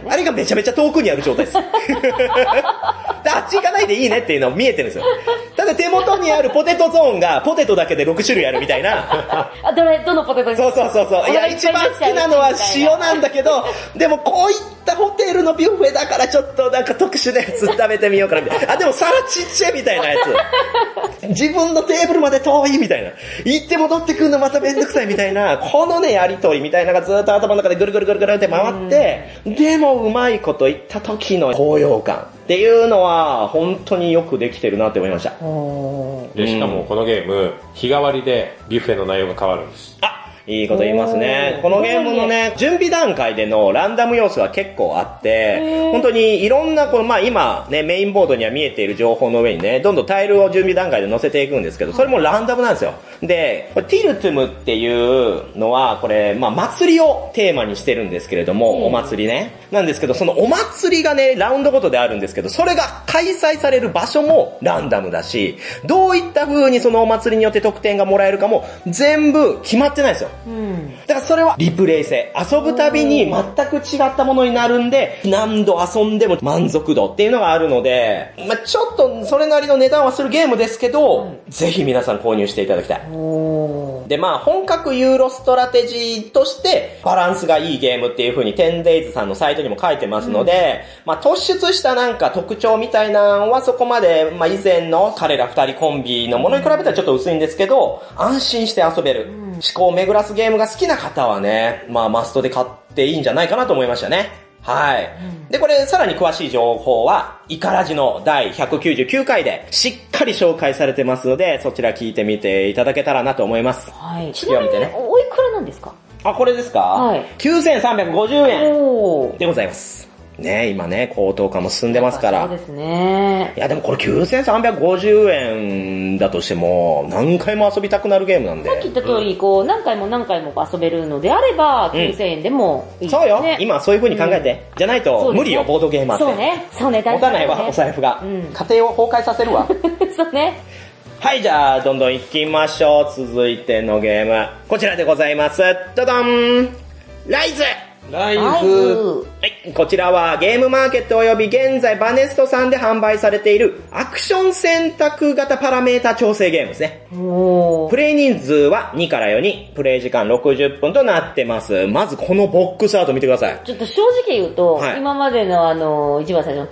あれがめちゃめちゃ遠くにある状態です。であっち行かないでいいねっていうのは見えてるんですよ。ただ手元にあるポテトゾーンがポテトだけで6種類あるみたいな。
あ、どれ、どのポテトに
そうそうそうそう。いや、一番好きなのは塩
な。
なんだけど、でもこういったホテルのビュッフェだからちょっとなんか特殊なやつ食べてみようかなみたいな。あ、でも皿ちっちゃいみたいなや つ。自分のテーブルまで遠いみたいな。行って戻ってくるのまためんどくさいみたいな。このね、やりとりみたいなのがずっと頭の中でぐるぐるぐるぐるって回って、でもうまいこと言った時の高揚感っていうのは本当によくできてるなって思いました。
で、しかもこのゲーム、日替わりでビュッフェの内容が変わるんです。
あいいこと言いますね
おー。
このゲームのね、準備段階でのランダム要素は結構あって、本当にいろんな、こうまあ今ね、メインボードには見えている情報の上にね、どんどんタイルを準備段階で載せていくんですけど、それもランダムなんですよ。で、これティルトゥムっていうのは、これ、まあ祭りをテーマにしてるんですけれども、お祭りね。なんですけど、そのお祭りがね、ラウンドごとであるんですけど、それが開催される場所もランダムだし、どういった風にそのお祭りによって得点がもらえるかも、全部決まってないんですよ。
うん。
だからそれはリプレイ性。遊ぶたびに全く違ったものになるんで、何度遊んでも満足度っていうのがあるので、まあちょっとそれなりの値段はするゲームですけど、ぜひ皆さん購入していただきたい。で、まあ本格ユーロストラテジーとして、バランスがいいゲームっていう風に 10days さんのサイトにも書いてますので、まあ突出したなんか特徴みたいなんはそこまで、まあ以前の彼ら二人コンビのものに比べたらちょっと薄いんですけど、安心して遊べる。思考を巡らすゲームが好きな方はね、まあマストで買っていいんじゃないかなと思いましたね。はい。で、これ、さらに詳しい情報は、イカラジの第199回で、しっかり紹介されてますので、そちら聞いてみていただけたらなと思います。
はい。ち
ちょっ
な
と
み
やめ
に、
てね
おいくらなんですか
あ、これですか
はい
9350円
おー。
でございます。ね今ね、高騰化も進んでますから。
そうですね
い。や、でもこれ9350円だとしても、何回も遊びたくなるゲームなんで。
さっき言った通り、こう、何回も何回も遊べるのであれば、9000円でもいいです
そう
ね。
よ、今はそういう風に考えて。じゃない
そ
と、
うですね
無理よ、ボードゲーマーって。
そうね。そうね、
持たないわ、お
抑
財布が。
うん
家庭を崩壊させるわ。
え。 そうね。
はい、じゃあ、どんどん行きましょう。続いてのゲーム。こちらでございます。どどんライズ
ラ
ライズ。
はい、こちらはゲームマーケット及び現在バネストさんで販売されているアクション選択型パラメータ調整ゲームですね。
お
プ
ー。
レイ人数は2から4人、プレイ時間60分となってます。まずこのボックスアート見てください。
ちょっと正直言うと、
はい
今までのあの、一番最初の10、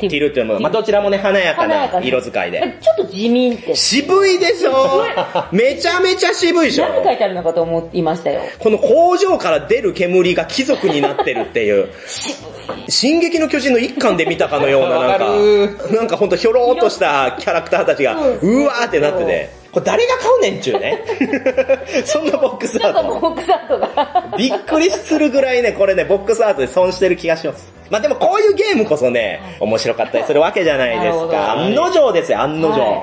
テ
ティルというもの、まあ、どちらもね、華やか
華やか
な
な
色使いで。
ちょっと地味って。
渋いでしょめちゃめちゃ渋いでしょ
何書いてあるのかと思いましたよ。
この工場から出る煙が貴族になってるっていう、進撃の巨人の一巻で見たかのような、なんか、なんかほんとひょろーっとしたキャラクターたちが、
そうですね
うわーってなってて、これ誰が買うねんちゅうね。 そんなボックスア
なんか
ー
もう
ト。
ボックスアートが。
びっくりするぐらいね、これね、ボックスアートで損してる気がします。まあでもこういうゲームこそね、面白かったりするわけじゃないですか。
な
案
るほ
の定ですよ、案の定。
はい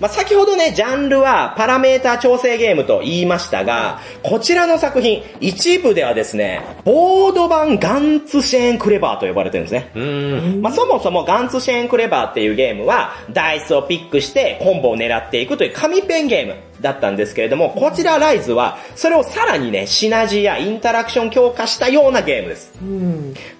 まあ先ほどね、ジャンルはパラメータ調整ゲームと言いましたが、こちらの作品、一部ではですね、ボード版ガンツシェーンクレバーと呼ばれてるんですね。
うん。
まあ、そもそもガンツシェーンクレバーっていうゲームは、ダイスをピックしてコンボを狙っていくという紙ペンゲームだったんですけれども、こちらライズは、それをさらにね、シナジーやインタラクション強化したようなゲームです。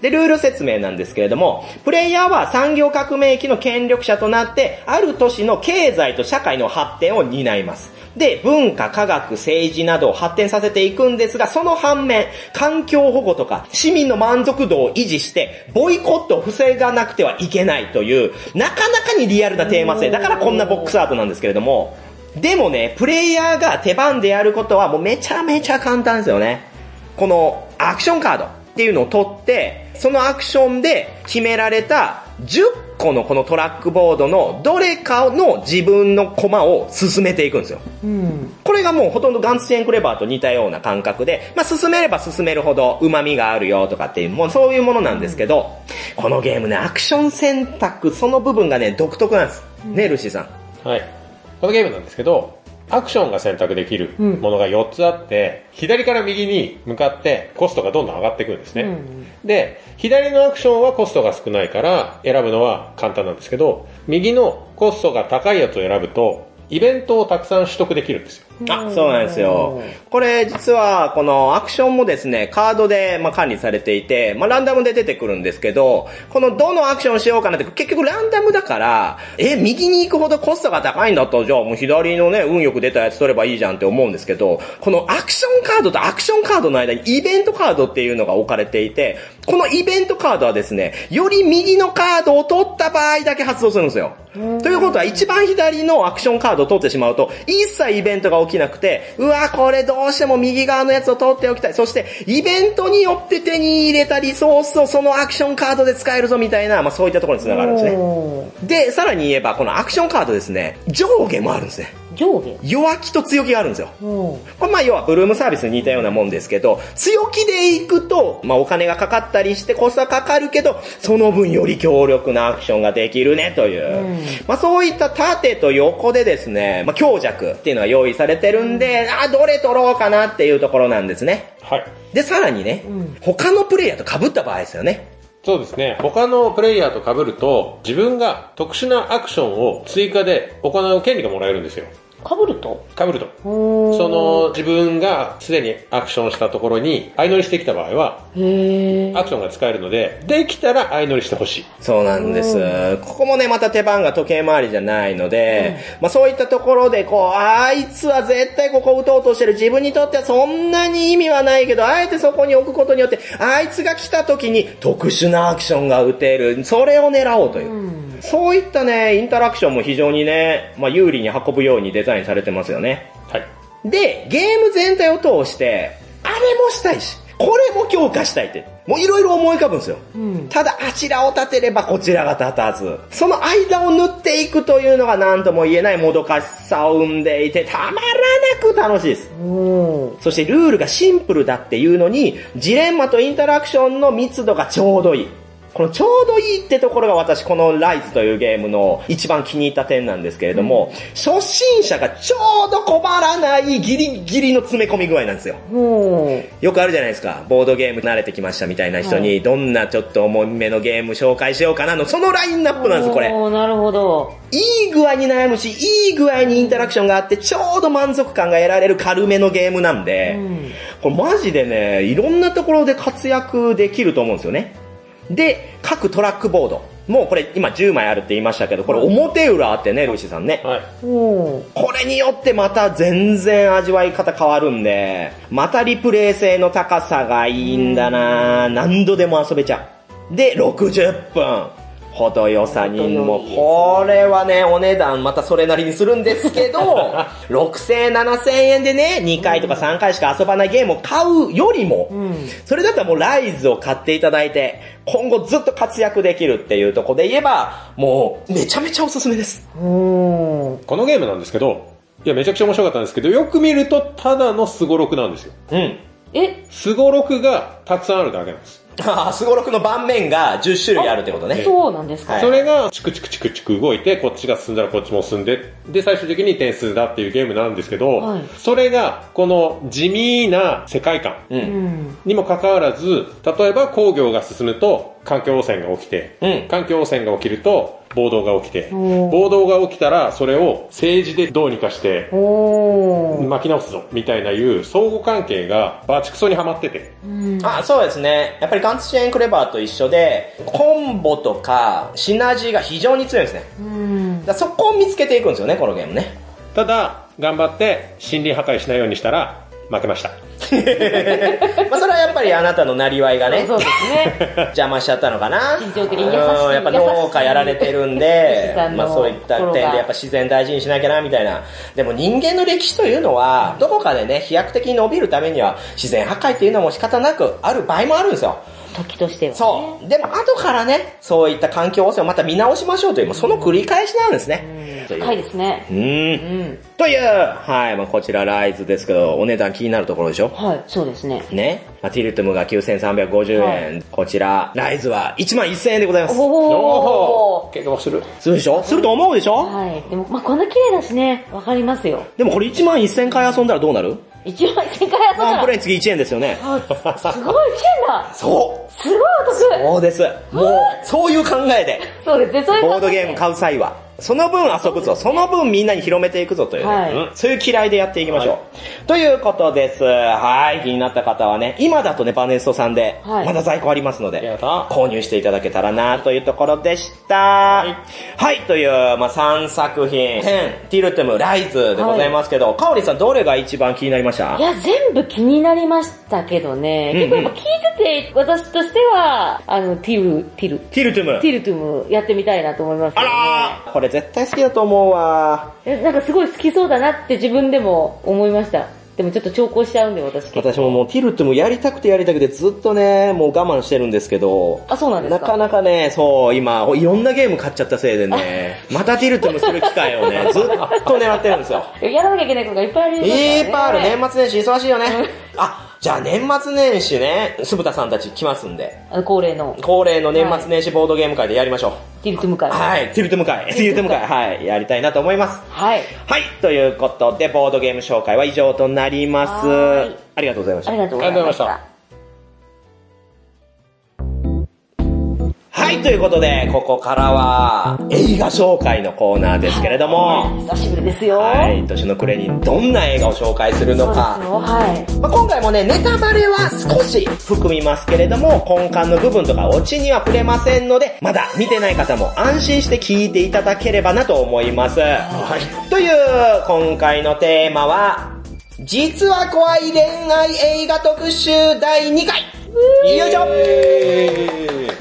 で、ルール説明なんですけれども、プレイヤーは産業革命期の権力者となって、ある都市の経済と社会の発展を担います。で、文化、科学、政治などを発展させていくんですが、その反面、環境保護とか、市民の満足度を維持して、ボイコットを防がなくてはいけないという、なかなかにリアルなテーマ性。だからこんなボックスアートなんですけれども、でもね、プレイヤーが手番でやることはもうめちゃめちゃ簡単ですよね。このアクションカードっていうのを取って、そのアクションで決められた10個のこのトラックボードのどれかの自分のコマを進めていくんですよ。
うん。
これがもうほとんどガンツチェーンクレバーと似たような感覚で、まあ進めれば進めるほど旨味があるよとかっていう、もうそういうものなんですけど、このゲームね、アクション選択その部分がね、独特なんです。ね、ルシーさん。
はい。このゲームなんですけど、アクションが選択できるものが4つあって、左から右に向かってコストがどんどん上がっていくんですね。
うん
で、左のアクションはコストが少ないから選ぶのは簡単なんですけど、右のコストが高いやつを選ぶと、イベントをたくさん取得できるんですよ。
あ、そうなんですよ。これ実は、このアクションもですね、カードでまあ管理されていて、まあランダムで出てくるんですけど、このどのアクションしようかなって、結局ランダムだから、え、右に行くほどコストが高いんだったら、じゃあもう左のね、運よく出たやつ取ればいいじゃんって思うんですけど、このアクションカードとアクションカードの間にイベントカードっていうのが置かれていて、このイベントカードはですね、より右のカードを取った場合だけ発動するんですよ。ということは、一番左のアクションカードを取ってしまうと、一切イベントが起きなくて、うわ、これどうしても右側のやつを取っておきたい。そして、イベントによって手に入れたリソースをそのアクションカードで使えるぞみたいな、まあそういったところに繋がるんですね。で、さらに言えば、このアクションカードですね、上下もあるんですね。
上下
弱気と強気があるんですよ。
うん
これまあ要はブルームサービスに似たようなもんですけど、強気で行くと、まあお金がかかったりしてコストはかかるけど、その分より強力なアクションができるねという。まあそういった縦と横でですね、まあ強弱っていうのが用意されてるんで、あ、どれ取ろうかなっていうところなんですね。
はい。
で、さらにね、他のプレイヤーと被った場合ですよね。
そうですね。他のプレイヤーと被ると、自分が特殊なアクションを追加で行う権利がもらえるんですよ。
かぶると
被ると。
うん
その自分がすでにアクションしたところに相乗りしてきた場合は、
へえ
アクションが使えるので、できたら相乗りしてほしい。
そうなんです。ここもね、また手番が時計回りじゃないので、まあそういったところで、こう、あいつは絶対ここ打とうとしてる。自分にとってはそんなに意味はないけど、あえてそこに置くことによって、あいつが来た時に特殊なアクションが打てる。それを狙おうという。そういったね、インタラクションも非常にね、まあ有利に運ぶようにデザインされてますよね。
はい。
で、ゲーム全体を通して、あれもしたいし、これも強化したいって、もういろいろ思い浮かぶんですよ。ただ、あちらを立てればこちらが立たず、その間を縫っていくというのが何とも言えないもどかしさを生んでいて、たまらなく楽しいです。
うん
そしてルールがシンプルだっていうのに、ジレンマとインタラクションの密度がちょうどいい。このちょうどいいってところが私このライズというゲームの一番気に入った点なんですけれども、初心者がちょうど困らないギリギリの詰め込み具合なんですよ。
うん
よくあるじゃないですか。ボードゲーム慣れてきましたみたいな人に、どんなちょっと重めのゲーム紹介しようかなの、そのラインナップなんです、これ。
おーなるほど
いい具合に悩むし、いい具合にインタラクションがあって、ちょうど満足感が得られる軽めのゲームなんで、これマジでね、いろんなところで活躍できると思うんですよね。で、各トラックボード。もうこれ今10枚あるって言いましたけど、これ表裏あってね、ルーシーさんね。
はい。
うん
これによってまた全然味わい方変わるんで、またリプレイ性の高さがいいんだな何度でも遊べちゃう。で、60分。程よさにも、これはね、お値段またそれなりにするんですけど、6000、7000円でね、2回とか3回しか遊ばないゲームを買うよりも、それだったらもうライズを買っていただいて、今後ずっと活躍できるっていうところで言えば、もう、めちゃめちゃおすすめです。
うん
このゲームなんですけど、いや、めちゃくちゃ面白かったんですけど、よく見ると、ただのスゴロクなんですよ。
うん。
え
スゴロクがたくさんあるだけなんです。
ああ、すごろくの盤面が10種類あるってことね。
そうなんですか、
はい
それが、チクチクチクチク動いて、こっちが進んだらこっちも進んで、で、最終的に点数だっていうゲームなんですけど、
はい
それが、この地味な世界観
う。
うんん
にもかかわらず、例えば工業が進むと環境汚染が起きて、
うん
環境汚染が起きると暴動が起きて、
おー
暴動が起きたらそれを政治でどうにかして
おー
巻き直すぞ、みたいないう相互関係がバチクソにはまってて、
あそうですね。やっぱりガンツ支援クレバーと一緒で、コンボとか、シナジーが非常に強いんですね。
うん
だからそこを見つけていくんですよね、このゲームね。
ただ、頑張って森林破壊しないようにしたら負けました。
まあそれはやっぱりあなたのなりわいがね
そ、うです ね
邪魔しちゃったのかな。
心情的に優しい
うんやっぱ農家やられてるんで
優しさ、の
まあそういった点でやっぱ自然大事にしなきゃなみたいな。でも人間の歴史というのは、どこかでね、飛躍的に伸びるためには、自然破壊っていうのも仕方なくある場合もあるんですよ。
時としてはね
そう。でも、後からね、そういった環境汚染をまた見直しましょうという、もうその繰り返しなんですね。という
深いですね
うーん。
うん
とという、はい、まあ、こちらライズですけど、お値段気になるところでしょ
はい、そうですね。
ね。まあ、ティルトムが9350円、こちら、ライズは1万1000円でございます。
おー。
結婚する
するでしょすると思うでしょ、
はい。でも、まあ、こんな綺麗だしね、わかりますよ。
でもこれ1万1000回遊んだらどうなる
一万1000回遊ん
ワン
だ
プレ
ら。
イにつき1円ですよね。
あすごい綺麗だ。
そ
すごいお
うそ
得。
うです。もう、そういう考えで、
そうですね、そういう
ボードゲーム買う際は、その分遊ぶぞ、その分みんなに広めていくぞというね、
はい
うんそういう嫌いでやっていきましょう。ということです。はい、気になった方はね、今だとね、バネストさんで、
はい
まだ在庫ありますので、
やった
購入していただけたらなというところでした。はい、という、まあ、3作品、10、ティルトム、ライズでございますけど、かおりさんどれが一番気になりました
いや、全部気になりましたけどね。結構やっぱ聞いてて、私としては、あの、ティル、ティル、
ティルトム
テ。ィルトゥムやってみたいなと思います、ね。
あらーこれ絶対好きだと思うわ
えなんかすごい好きそうだなって自分でも思いました。でもちょっと調校しちゃうんで私結構
私ももうティルトムやりたくてやりたくてずっとね、もう我慢してるんですけど、
あ、そうなんです
な
か
かなかね、そう、今、いろんなゲーム買っちゃったせいでね、 またティルトムする機会をね、ずっと狙ってるんですよ。
やらなきゃいけないことがいっぱいありますからね
いっぱいある、年末年始忙しいよね。あ、じゃあ年末年始ね、酢豚さんたち来ますんで、
あの恒例の
恒例の年末年始ボードゲーム会でやりましょう。
ティルトゥム会。い。
はい、ティルトム 会、ティルトム会、はい、やりたいなと思います。
はい。
はい、ということで、ボードゲーム紹介は以上となります
はーい。
ありがとうございまし
あ
た
り。がとうございまし
ありが
た。
はい、ということで、ここからは映画紹介のコーナーですけれども、
久しぶりですよ。
はい、年の暮れにどんな映画を紹介する
そう
の
ですよ。
か、
はい。
まあ、今回もね、ネタバレは少し含みますけれども、根幹の部分とかオチには触れませんので、まだ見てない方も安心して聞いていただければなと思います。はい。という、今回のテーマは、実は怖い恋愛映画特集第2回よいしょ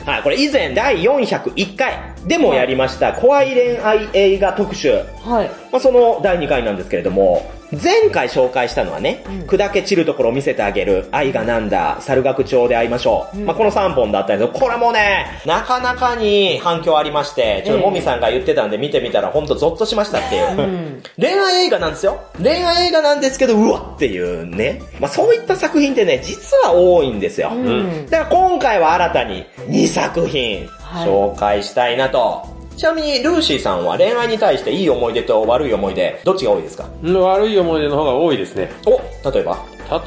はい、これ以前第401回でもやりました、怖い恋愛映画特集。
はい。
まあ、その第2回なんですけれども、前回紹介したのはね、砕け散るところを見せてあげる、愛がなんだ、猿楽町で会いましょう。まあ、この3本だったんですけど、これもね、なかなかに反響ありまして、ちょっと
ええ
もみさんが言ってたんで見てみたらほんとゾッとしましたっていう。恋愛映画なんですよ。恋愛映画なんですけど、うわっていうね。まあ、そういった作品ってね、実は多いんですよ。
ん
だから今回は新たに2作品
はい
紹介したいなと。ちなみに、ルーシーさんは恋愛に対していい思い出と悪い思い出、どっちが多いですか
悪い思い出の方が多いですね
お、例えば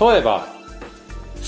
例えば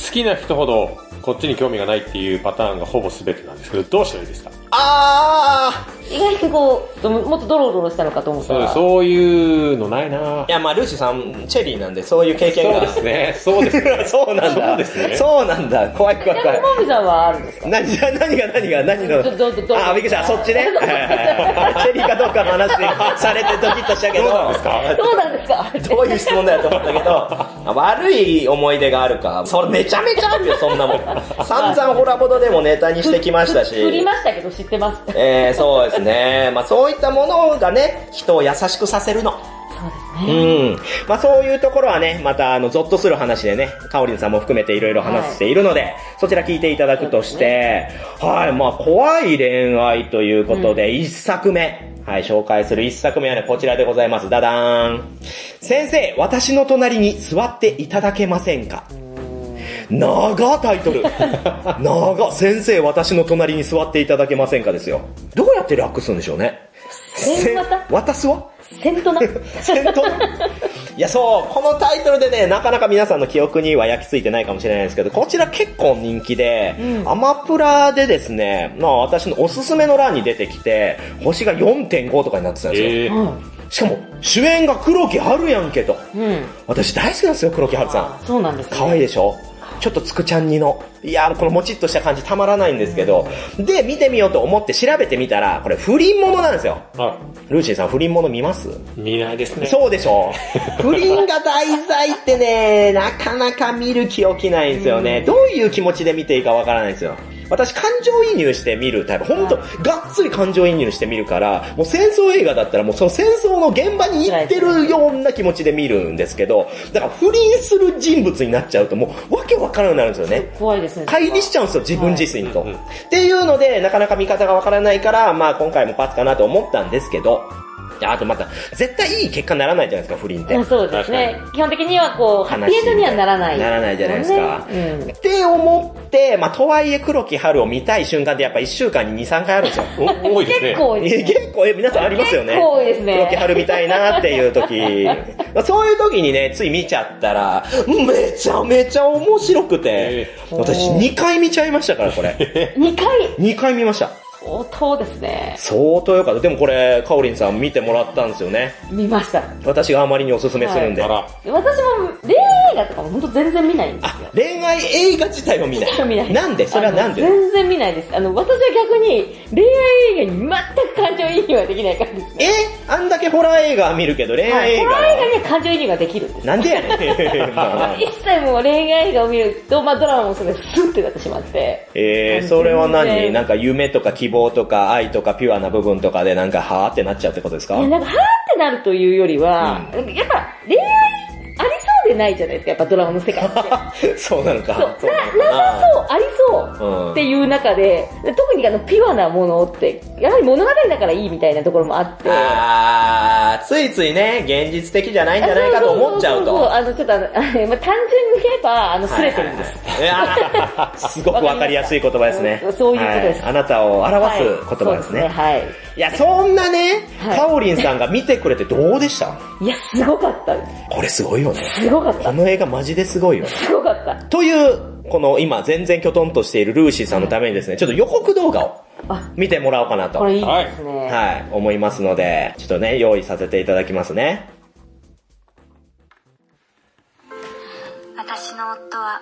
好きな人ほどこっちに興味がないっていうパターンがほぼ全てなんですけどどうしたらいいですか
あ
意外にこう、もっとドロドロしたのかと思った
そう
ら。
そういうのないな
ーいや、まあルーシーさん、チェリーなんで、そういう経験
そう
が。
ですねそうですね
そうなんだ。
そうですね
そうなんだ。怖い怖い怖い
逆。もみさんはあるんですか
何が何が何が何が
どどどど
あ、びっくりした。そっち ね。はいはいはいチェリーかどうかの話でされてドキッとしたけど。
どうなんですか
そうなんですか
どういう質問だよと思ったけど、悪い思い出があるか、それめちゃめちゃあるよ、そんなもん。散々ホラボドでもネタにしてきましたし。
振りましたけど知ってます。そうで
えー、そうですね。まあそういったものがね、人を優しくさせるの。
す
う
ね。
ん。まあそういうところはね、またあの、ゾッとする話でね、かおりんさんも含めていろいろ話しているので、そちら聞いていただくとして、はい、まあ怖い恋愛ということで、一作目。はい、紹介する一作目はね、こちらでございます。ダダーン。先生、私の隣に座っていただけませんか長タイトル。長、先生、私の隣に座っていただけませんかですよ。どうやって略すんでしょうね。
せんわた
渡すわ
セン トナ。
戦闘いや、そう、このタイトルでね、なかなか皆さんの記憶には焼き付いてないかもしれないですけど、こちら結構人気で、アマプラでですね、まあ私のおすすめの欄に出てきて、星が4.5とかになってたんですよ。
えー
しかも、主演が黒木春やんけと。
うん。
私大好きなんですよ、黒木春さん。
そうなんですね。
可愛いでしょちょっとつくちゃんにの。いやー、このもちっとした感じたまらないんですけど、で、見てみようと思って調べてみたら、これ不倫ものなんですよ。
あ
ルーシーさん不倫もの見ます
見ないですね
そうでし ょ不倫が題材ってね、なかなか見る気起きないんですよね。どういう気持ちで見ていいかわからないんですよ。私、感情移入して見るタイプ。ほんと、がっつり感情移入して見るから、もう戦争映画だったらもうその戦争の現場に行ってるような気持ちで見るんですけど、だから不倫する人物になっちゃうともうわけわからなくなるんですよね。
怖いですね。
乖離しちゃうんですよ、自分自身と。っていうので、なかなか見方がわからないから、まあ今回もパスかなと思ったんですけど、であとまた絶対いい結果にならないじゃないですか不倫って
まあそうですね。基本的にはこう、ハッピーエンドにはならない、
ならないじゃないですか。
うん
って思って、まあ、とはいえ黒木春を見たい瞬間ってやっぱ1週間に2、3回あるんですよ。
お多いですね。
結構多いです
え
ね。
結構、え、皆さんありますよね。
結構多いですね
黒木春みたいなっていう 時。そういう時にね、つい見ちゃったら、めちゃめちゃ面白くて
え、
私2回見ちゃいましたから、これ。
2回、
2回見ました。
相当ですね。
相当良かった。でもこれ、かおりんさん見てもらったんですよね。
見ました。
私があまりにおすすめするんで。
あら。
私も恋愛映画とかも本当全然見ないんです
あ
よ。
恋愛映画自体を見 ない。
見ない
んでそれはなんで
あの全然見ないです。あの、私は逆に恋愛映画に全く感情移入はできないからですね。
えあんだけホラー映画見るけど恋愛映
ホ
画
ラ
は、
ー映画には感情移入ができるんで す。
なんでや ねんまあ
一切もう恋愛映画を見ると、まあドラマもそうです、スッてなってしまって。
えー、それは何なんか夢とか希望とか愛とかピュアな部分とかでなんかはーってなっちゃうってことですか
いや、なんか、はーってなるというよりは、やっぱ恋愛ありそうでないじゃないですか、やっぱドラマの 世界って。
そうなのか。
そう、
そうなの
な、
か
なさそう、ありそうっていう中で、特にあの、ピュアなものって、やはり物語だからいいみたいなところもあって、
あー、ついついね、現実的じゃないんじゃないかと思っちゃう
そそそ
と。
あの、ちょっとあの、あのまあ単純に言えば、あの、すれてるんです。
いやー すごくわかりやすい言葉ですね
うん。そういうことです
はいあなたを表す言葉ですね。
はいそうはい。
いや、そんなね、
はい
かおりんさんが見てくれてどうでした
いや、すごかったです。
これすごいよね。
すごかった
こ。の映画マジですごいよ。
すごかった。
という、この今全然きょとんとしているルーシーさんのためにですね、ちょっと予告動画を
あ、
見てもらおうかなと。
これいいですね。
はい、思いますので、ちょっとね、用意させていただきますね。
私の夫は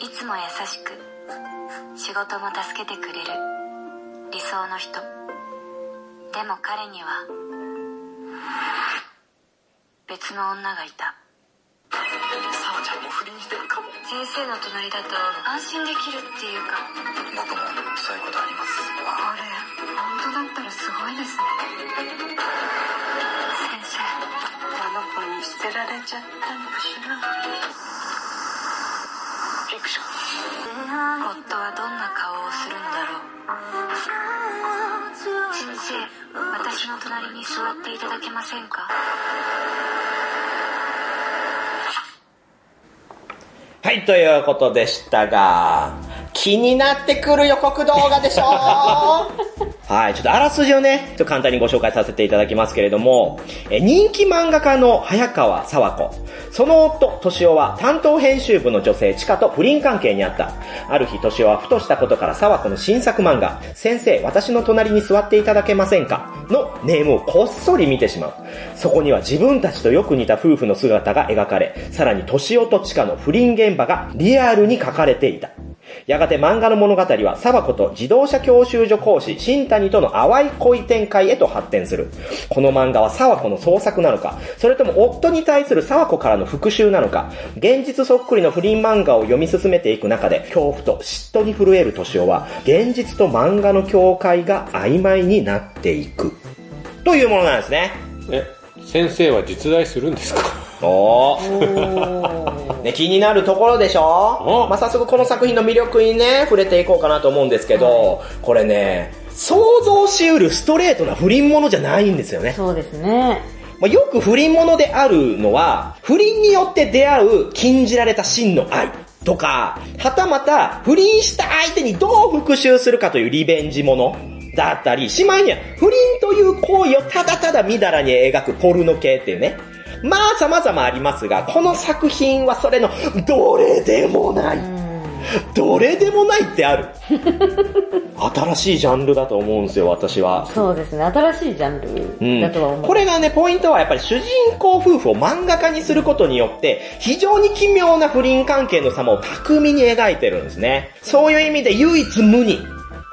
いつも優しく仕事も助けてくれる理想の人でも彼には別の女がいた沙ちゃんも不倫してるかも先生の隣だと安心できるっていうか僕もそういうことありますあれ本当だったらすごいですね先生あの子に捨てられちゃったのかしらフィクション夫はどんな顔をするのだろう先生私の隣に座っていただけませんか
はい、ということでしたが、気になってくる予告動画でしょはい、ちょっとあらすじをね、ちょっと簡単にご紹介させていただきますけれども、え人気漫画家の早川沢子、その夫、敏夫は担当編集部の女性、チカと不倫関係にあった。ある日、敏夫はふとしたことから沢子の新作漫画、先生、私の隣に座っていただけませんかのネームをこっそり見てしまう。そこには自分たちとよく似た夫婦の姿が描かれ、さらに敏夫とチカの不倫現場がリアルに書かれていた。やがて漫画の物語は、サバコと自動車教習所講師、新谷との淡い恋展開へと発展する。この漫画はサワコの創作なのか、それとも夫に対するサワコからの復讐なのか、現実そっくりの不倫漫画を読み進めていく中で、恐怖と嫉妬に震える敏夫は、現実と漫画の境界が曖昧になっていく。というものなんですね。
え、先生は実在するんですか
おー。
お
ね、気になるところでしょ
うん
まあ、早速この作品の魅力にね、触れていこうかなと思うんですけど、これね、想像しうるストレートな不倫ものじゃないんですよね。
そうですね。
まあ、よく不倫ものであるのは、不倫によって出会う禁じられた真の愛とか、はたまた不倫した相手にどう復讐するかというリベンジもの。だったり、しまいには不倫という行為をただただみだらに描くポルノ系っていうね。まあ様々ありますが、この作品はそれのどれでもない。どれでもないってある。新しいジャンルだと思うんですよ、私は。
そうですね。新しいジャンルだとは思う。
これがね、ポイントはやっぱり主人公夫婦を漫画家にすることによって、非常に奇妙な不倫関係の様を巧みに描いてるんですね。そういう意味で唯一無二。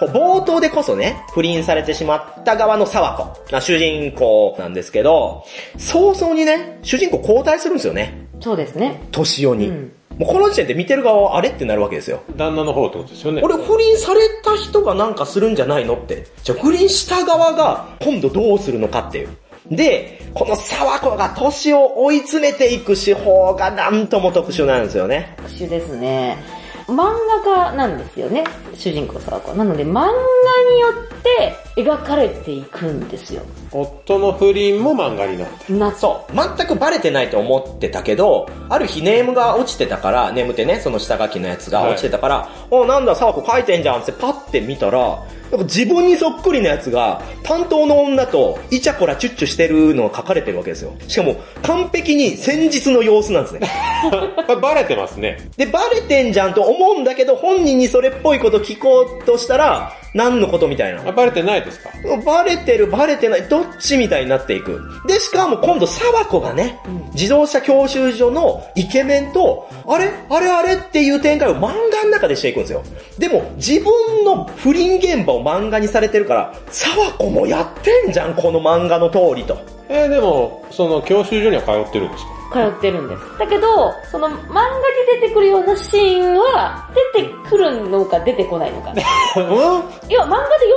こう冒頭でこそね、不倫されてしまった側の沢子、あ主人公なんですけど、早々にね、主人公交代するんですよね。
そうですね。
年男に。
うん
もうこの時点で見てる側はあれってなるわけですよ。
旦那の方ってことですよね。
俺不倫された人がなんかするんじゃないのって。じゃあ不倫した側が今度どうするのかっていう。で、この沢子が年を追い詰めていく手法がなんとも特殊なんですよね。
特殊ですね。漫画家なんですよね、主人公さはこう。なので漫画によって描かれていくんですよ。
夫の不倫も漫画になって
な
そう。全くバレてないと思ってたけど、ある日ネームが落ちてたから、ネームってね、その下書きのやつが
はい
落ちてたから、おなんだ、沢子書いてんじゃんってパッて見たら、なんか自分にそっくりなやつが、担当の女とイチャコラチュッチュしてるのが書かれてるわけですよ。しかも、完璧に先日の様子なんですね。
る。バレてますね。
で、バレてんじゃんと思うんだけど、本人にそれっぽいこと聞こうとしたら、何のことみたいな。
あバレてないですか
バレてる、バレてない、どっちみたいになっていく。で、しかも今度、サバコがね、自動車教習所のイケメンと、あれあれあれっていう展開を漫画の中でしていくんですよ。でも、自分の不倫現場を漫画にされてるから、サバコもやってんじゃん、この漫画の通りと。
えーでも、その教習所には通ってるんですか
通ってるんです。だけど、その漫画に出てくるようなシーンは、出てくるのか出てこないの か。いや、漫画で読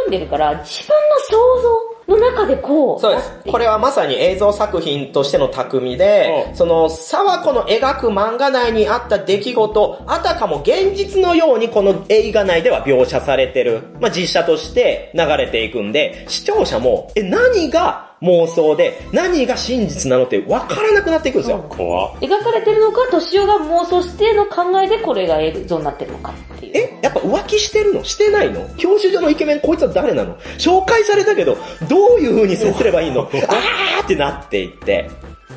んでるから、自分の想像の中でこう。
そうです。これはまさに映像作品としての匠で
う、ん
その、沢子の描く漫画内にあった出来事、あたかも現実のようにこの映画内では描写されてる。まあ、実写として流れていくんで、視聴者も、え、何が妄想で、何が真実なのって分からなくなっていくんですよ。
怖っ
描かれてるのか、年夫が妄想しての考えでこれが映像になってるのかっていう。
えやっぱ浮気してるのしてないの教習所のイケメンこいつは誰なの紹介されたけど、どういう風に接すれば いいのあーってなっていって。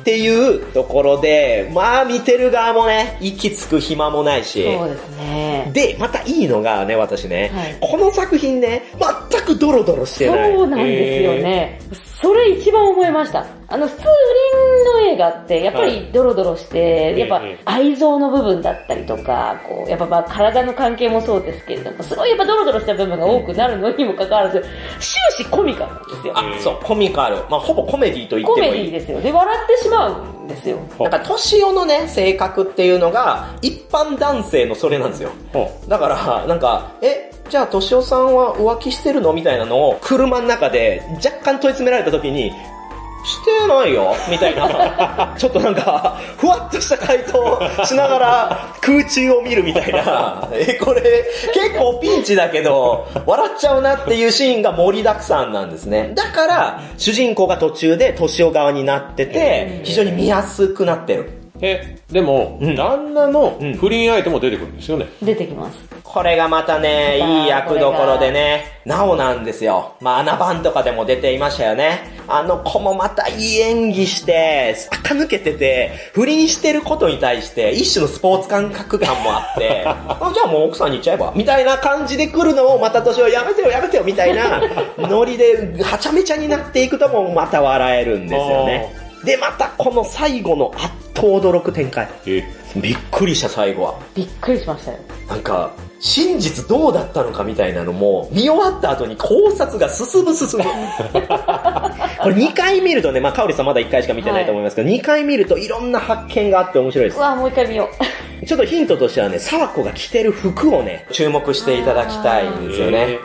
っていうところで、まあ見てる側もね、息つく暇もないし。
そうですね。
で、またいいのがね、私ね、
はい
この作品ね、全くドロドロしてない。
そうなんですよね。それ一番思いました。あの、普通不倫の映画って、やっぱ
は
りドロドロして、やっぱ
ええ
愛憎の部分だったりとか、こう、やっぱまあ体の関係もそうですけれども、すごいやっぱドロドロした部分が多くなるのにもかかわらず、終始コミカルなんですよ。
あ、そう、コミカル。まあほぼコメディと言っ
コ
ても
メ
いい。
ディですよ。で、笑ってしまうんですよ。
だから、年男のね、性格っていうのが、一般男性のそれなんですよ。
ほ
だから、なんか、え、じゃあ、としおさんは浮気してるのみたいなのを、車の中で若干問い詰められた時に、してないよみたいな、 ちょっとなんか、ふわっとした回答をしながら、空中を見るみたいな、 え、これ、結構ピンチだけど、笑っちゃうなっていうシーンが盛りだくさんなんですね。だから、主人公が途中でとしお側になってて、非常に見やすくなってる。
え、でも、
うん
旦那の
うん
不倫相手も出てくるんですよね。
出てきます。
これがまたね、いい役どころでね、なおなんですよ。まあ、アナバンとかでも出ていましたよね。あの子もまたいい演技して、垢抜けてて、不倫してることに対して、一種のスポーツ感覚感もあって、 あじゃあもう奥さんに行っちゃえば、みたいな感じで来るのを、また年をやめてよやめてよ、みたいな、ノリで、はちゃめちゃになっていくとも、また笑えるんですよね。で、またこの最後の圧倒驚く展開。
え、
びっくりした最後は。
びっくりしましたよ。
なんか、真実どうだったのかみたいなのも、見終わった後に考察が進む進む。 これ2回見るとね、まあ、かおりさんまだ1回しか見てないと思いますけど、2回見るといろんな発見があって面白いで
うわ、もう一回見よう。
す。ちょっとヒントとしてはね、沢子が着てる服をね、注目していただきたいんですよね。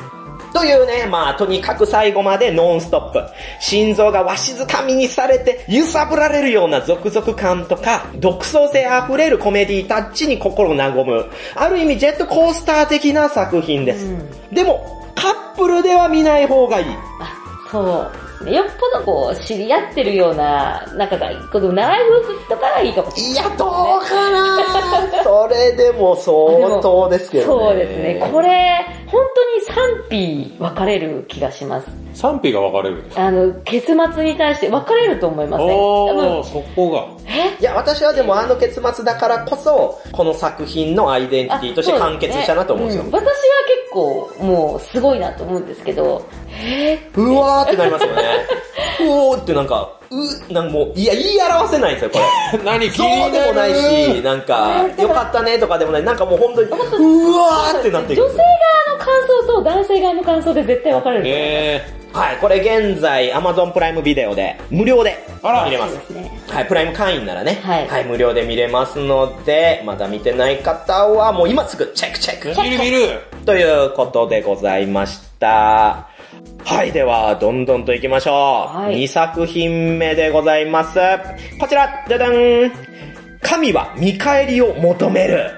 というね、まあ、とにかく最後までノンストップ。心臓がわしづかみにされて、揺さぶられるような続々感とか、独創性あふれるコメディタッチに心和む。ある意味ジェットコースター的な作品です。でも、カップルでは見ない方がいい。
あ、そう。よっぽどこう、知り合ってるような仲がいい。この習い事とかがいいかもしれない。
いや、どうかな それでも相当ですけどね。
そうですね。これ、本当に賛否分かれる気がします。
賛否が分かれるんです。
あの、結末に対して分かれると思いますね。多
お
分
ー、そこが。
いや、私はでもあの結末だからこそ、この作品のアイデンティティとして完結したなと思うんですよ。
あそうですねうん私は結構、もう、すごいなと思うんですけど、えー
うわーってなりますよね。おーってなんか、う、なんかもう、いや、言い表せないんですよ、これ。
何気
そう
に
で
な
も
る
ないし、なんか、よかったねとかでもない、なんかもう本当に、うわーってなっていく
女。性側の感想と男性側の感想で絶対分かれると思います。
え
はい、これ現在 Amazon プライムビデオで、無料で
あら
見れま
そう
す
で。すね。
はい、プライム会員ならね、は、
はいい
無料で見れますので、まだ見てない方はもう今すぐチェックチェック
ー、見る見る
ということでございました。はい、では、どんどんと行きましょう。
い
2作品目でございます。こちら、じゃじゃん神は見返りを求める。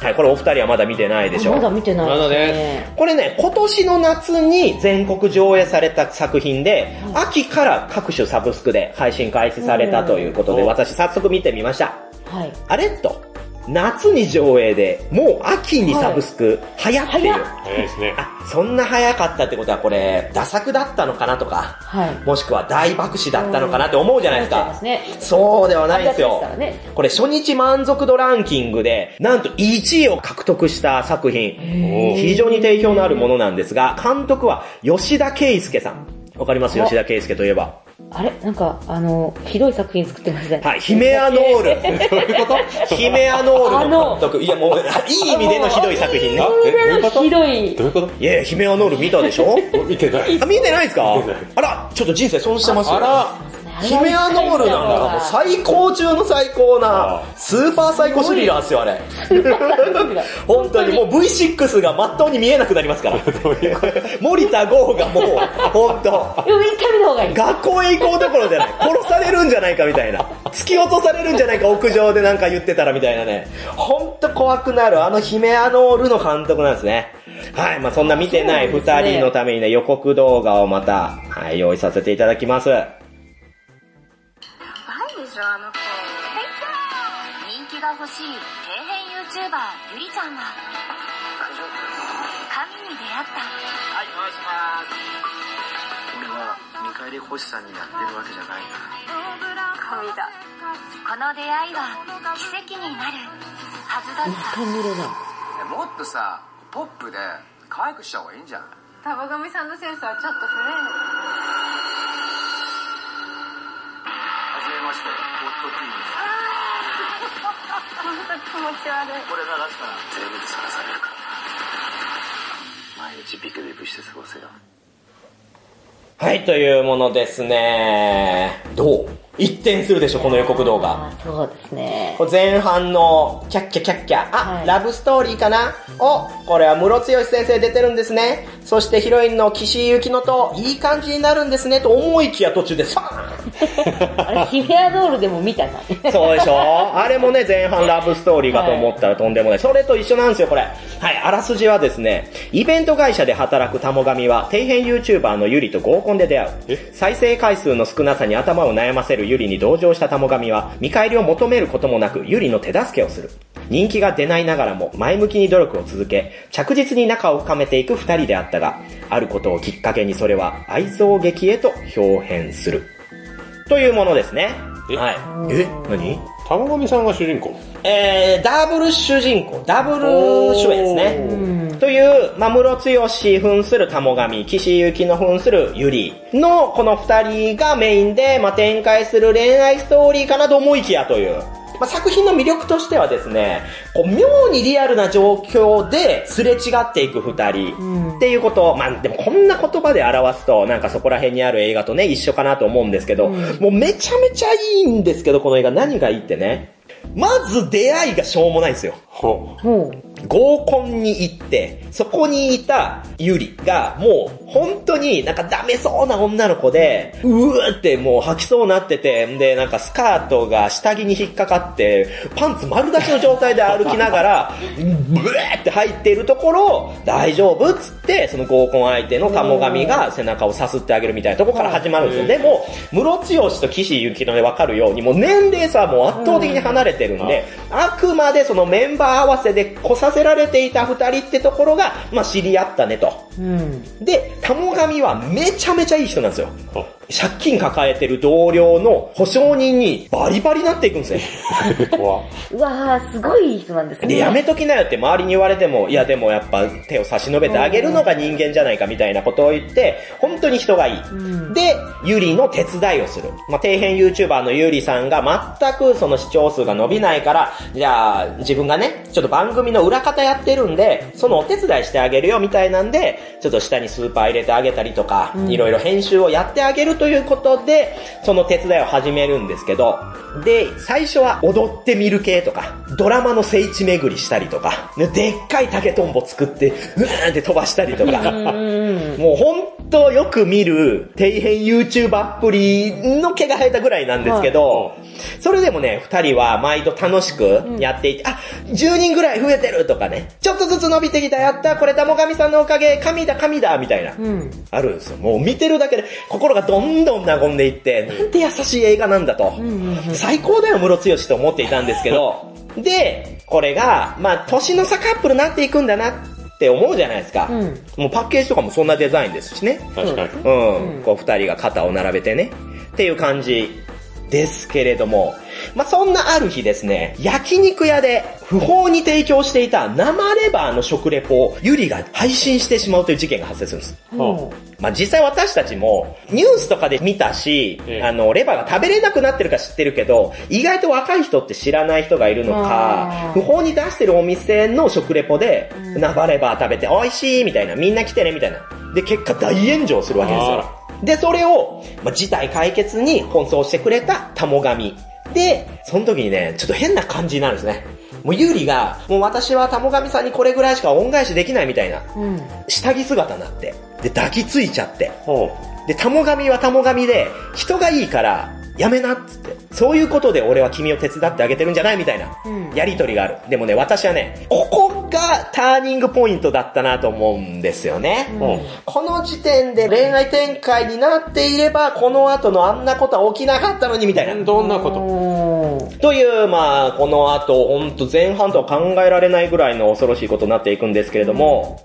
はい、これお二人はまだ見てないでしょ
まだ見てないです
まだ
ね
ね。
これね、今年の夏に全国上映された作品で、秋から各種サブスクで配信開始されたということで、私早速見てみました。
はい。
あれと、夏に上映で、もう秋にサブスク、流行ってる
早っ。
早いです ね。
あ、そんな早かったってことはこれ、ダ作だったのかなとか、
はい。
もしくは大爆死だったのかなって思うじゃないです
思っ
か。
ちゃいますね
そうではないです
三
よ
月ですからね。
これ初日満足度ランキングで、なんと1位を獲得した作品。非常に定評のあるものなんですが、監督は吉田圭介さん。わかります
あ
吉田圭介といえば。
あれなんか、あの、ひどい作品作ってましたね。
はい、ヒメアノー ル。どういうことヒメアノールの監督。いやもう、いい意味でのひどい作品ね
あ。えどういうこと
ひどい
どういうこと
いやいや、ヒメアノール見たでしょ
見てない。
あ、見てないですか
見てない
あら、ちょっと人生損してますよ。
あら、
ヒメアノールなんだからもう最高中の最高な
あ、
スーパーサイコスリラーですよ、あ れ。本当にもう V6 がまっとうに見えなくなります から。森田剛がもう、本当。
でも一回見た方がいい。
学校へ行こうどころじゃない。殺されるんじゃないかみたいな。突き落とされるんじゃないか、屋上でなんか言ってたらみたいなね。ほんと怖くなる、あのヒメアノールの監督なんですね。はい、まあそんな見てない二人のためにね、予告動画をまた、はい、用意させていただきます。
ばいでしょあの子人気が欲しい底辺 YouTuber ゆりちゃんが神に出会ったはいお願いします
俺は見返り欲しさにやってるわけじゃないな
神だこの出会いは奇跡になるはずだった
ねもっとさポップで可愛くした方がいいんじゃん
タバガミさんのセンスはちょっと古いの
はじめましてホットティーです
本当気持ち悪い
これ流したら全部さらされるから毎日ビクビクして過ごせよ
はい、というものですね。どう一転するでしょ、この予告動画。
あーそうですね。
これ前半の、キャッキャキャッキャ、あ、
はい
ラブストーリーかなお、これは室強先生出てるんですね。そしてヒロインの岸井ゆきのと、いい感じになるんですね、と思いきや途中で、さ
あれ、ヒメアノールでも見たな。
そうでしょあれもね、前半ラブストーリーかと思ったらとんでもない。それと一緒なんですよ、これ。はい、あらすじはですね、イベント会社で働くタモガミは、底辺 YouTuber のユリと合コンで出会う。再生回数の少なさに頭を悩ませるユリに同情したタモガミは、見返りを求めることもなく、ユリの手助けをする。人気が出ないながらも前向きに努力を続け、着実に仲を深めていく二人であったが、あることをきっかけにそれは愛憎劇へと表変する。というものですね。
え
はい。え何
玉神さんが主人公。
えー、ダブル主人公、ダブル主演ですね。という、まあ、室強し扮する玉神、岸ゆきの扮するゆりのこの二人がメインで、まあ、展開する恋愛ストーリーかなと思いきやという。まあ、作品の魅力としてはですね、こう妙にリアルな状況ですれ違っていく二人っていうこと、まあでもこんな言葉で表すと、なんかそこら辺にある映画とね、一緒かなと思うんですけど、もうめちゃめちゃいいんですけど、この映画何がいいってね、まず出会いがしょうもないんですよ。
ほ
もう、
合コンに行って、そこにいたユリが、もう本当になんかダメそうな女の子で、うーってもう吐きそうになってて、んでなんかスカートが下着に引っかかって、パンツ丸出しの状態で歩きながら、ブーって入っているところ、大丈夫っつって、その合コン相手のタモ神が背中をさすってあげるみたいなとこから始まるんですよ。でも、室ロと岸ゆきのでわかるように、もう年齢差はもう圧倒的に離れてるんで、あくまでそのメンバー合わせで来させられていた二人ってところが、まあ知り合ったねと。
うん。
で、タモ神はめちゃめちゃいい人なんですよ。
う。ほう。
借金抱えてる同僚の保証人にバリバリなっていくんですね。
怖
うわー、すごい人なんですね。
で、やめときなよって周りに言われても、いやでもやっぱ手を差し伸べてあげるのが人間じゃないかみたいなことを言って、本当に人がいい。で、ゆりの手伝いをする。まあ、底辺 YouTuber のゆりさんが全くその視聴数が伸びないから、じゃあ自分がね、ちょっと番組の裏方やってるんで、そのお手伝いしてあげるよみたいなんで、ちょっと下にスーパー入れてあげたりとか、いろいろ編集をやってあげるということで、その手伝いを始めるんですけど、で、最初は踊ってみる系とか、ドラマの聖地巡りしたりとか、ねでっかい竹とんぼ作って、うわーんって飛ばしたりとか、もうほんとよく見る底辺 YouTuber アプリの毛が生えたぐらいなんですけど、それでもね、二人は毎度楽しくやっていて、あ、10人ぐらい増えてるとかね、ちょっとずつ伸びてきた、やった、これ玉神さんのおかげ、神だ、神だ、みたいな、
うん。
あるんですよ。もう見てるだけで心がどんどん和んでいって、なんて優しい映画なんだと。
うんうん
最高だよ、ムロツヨシと思っていたんですけど、で、これが、まあ、年の差カップルになっていくんだなって思うじゃないですか。
うん
もうパッケージとかもそんなデザインですしね。
確かに。
うん、
うん
こう二人が肩を並べてね、っていう感じですけれども、まあ、そんなある日ですね、焼肉屋で不法に提供していた生レバーの食レポをユリが配信してしまうという事件が発生するんです。
ほ
まあ、実際私たちもニュースとかで見たし、
ええ
あの、レバーが食べれなくなってるか知ってるけど、意外と若い人って知らない人がいるのか
あー、
不法に出してるお店の食レポで、
うん
生レバー食べて美味しいみたいな、みんな来てねみたいな。で、結果大炎上するわけです
あ
よ
ら。
で、それを、まあ、事態解決に奔走してくれたタモ神。で、その時にね、ちょっと変な感じになるんですね。もうユーリが、もう私はタモ神さんにこれぐらいしか恩返しできないみたいな。
うん。
下着姿になって、で、抱きついちゃって、
ほ
で、タモ神はタモ神で、人がいいから、やめなっつって。そういうことで俺は君を手伝ってあげてるんじゃないみたいな
うん、
やりとりがある。でもね、私はね、ここがターニングポイントだったなと思うんですよね。
うほう。
この時点で恋愛展開になっていれば、この後のあんなことは起きなかったのにみたいな。
どんなこと
という、まあ、この後、ほんと前半とは考えられないぐらいの恐ろしいことになっていくんですけれども、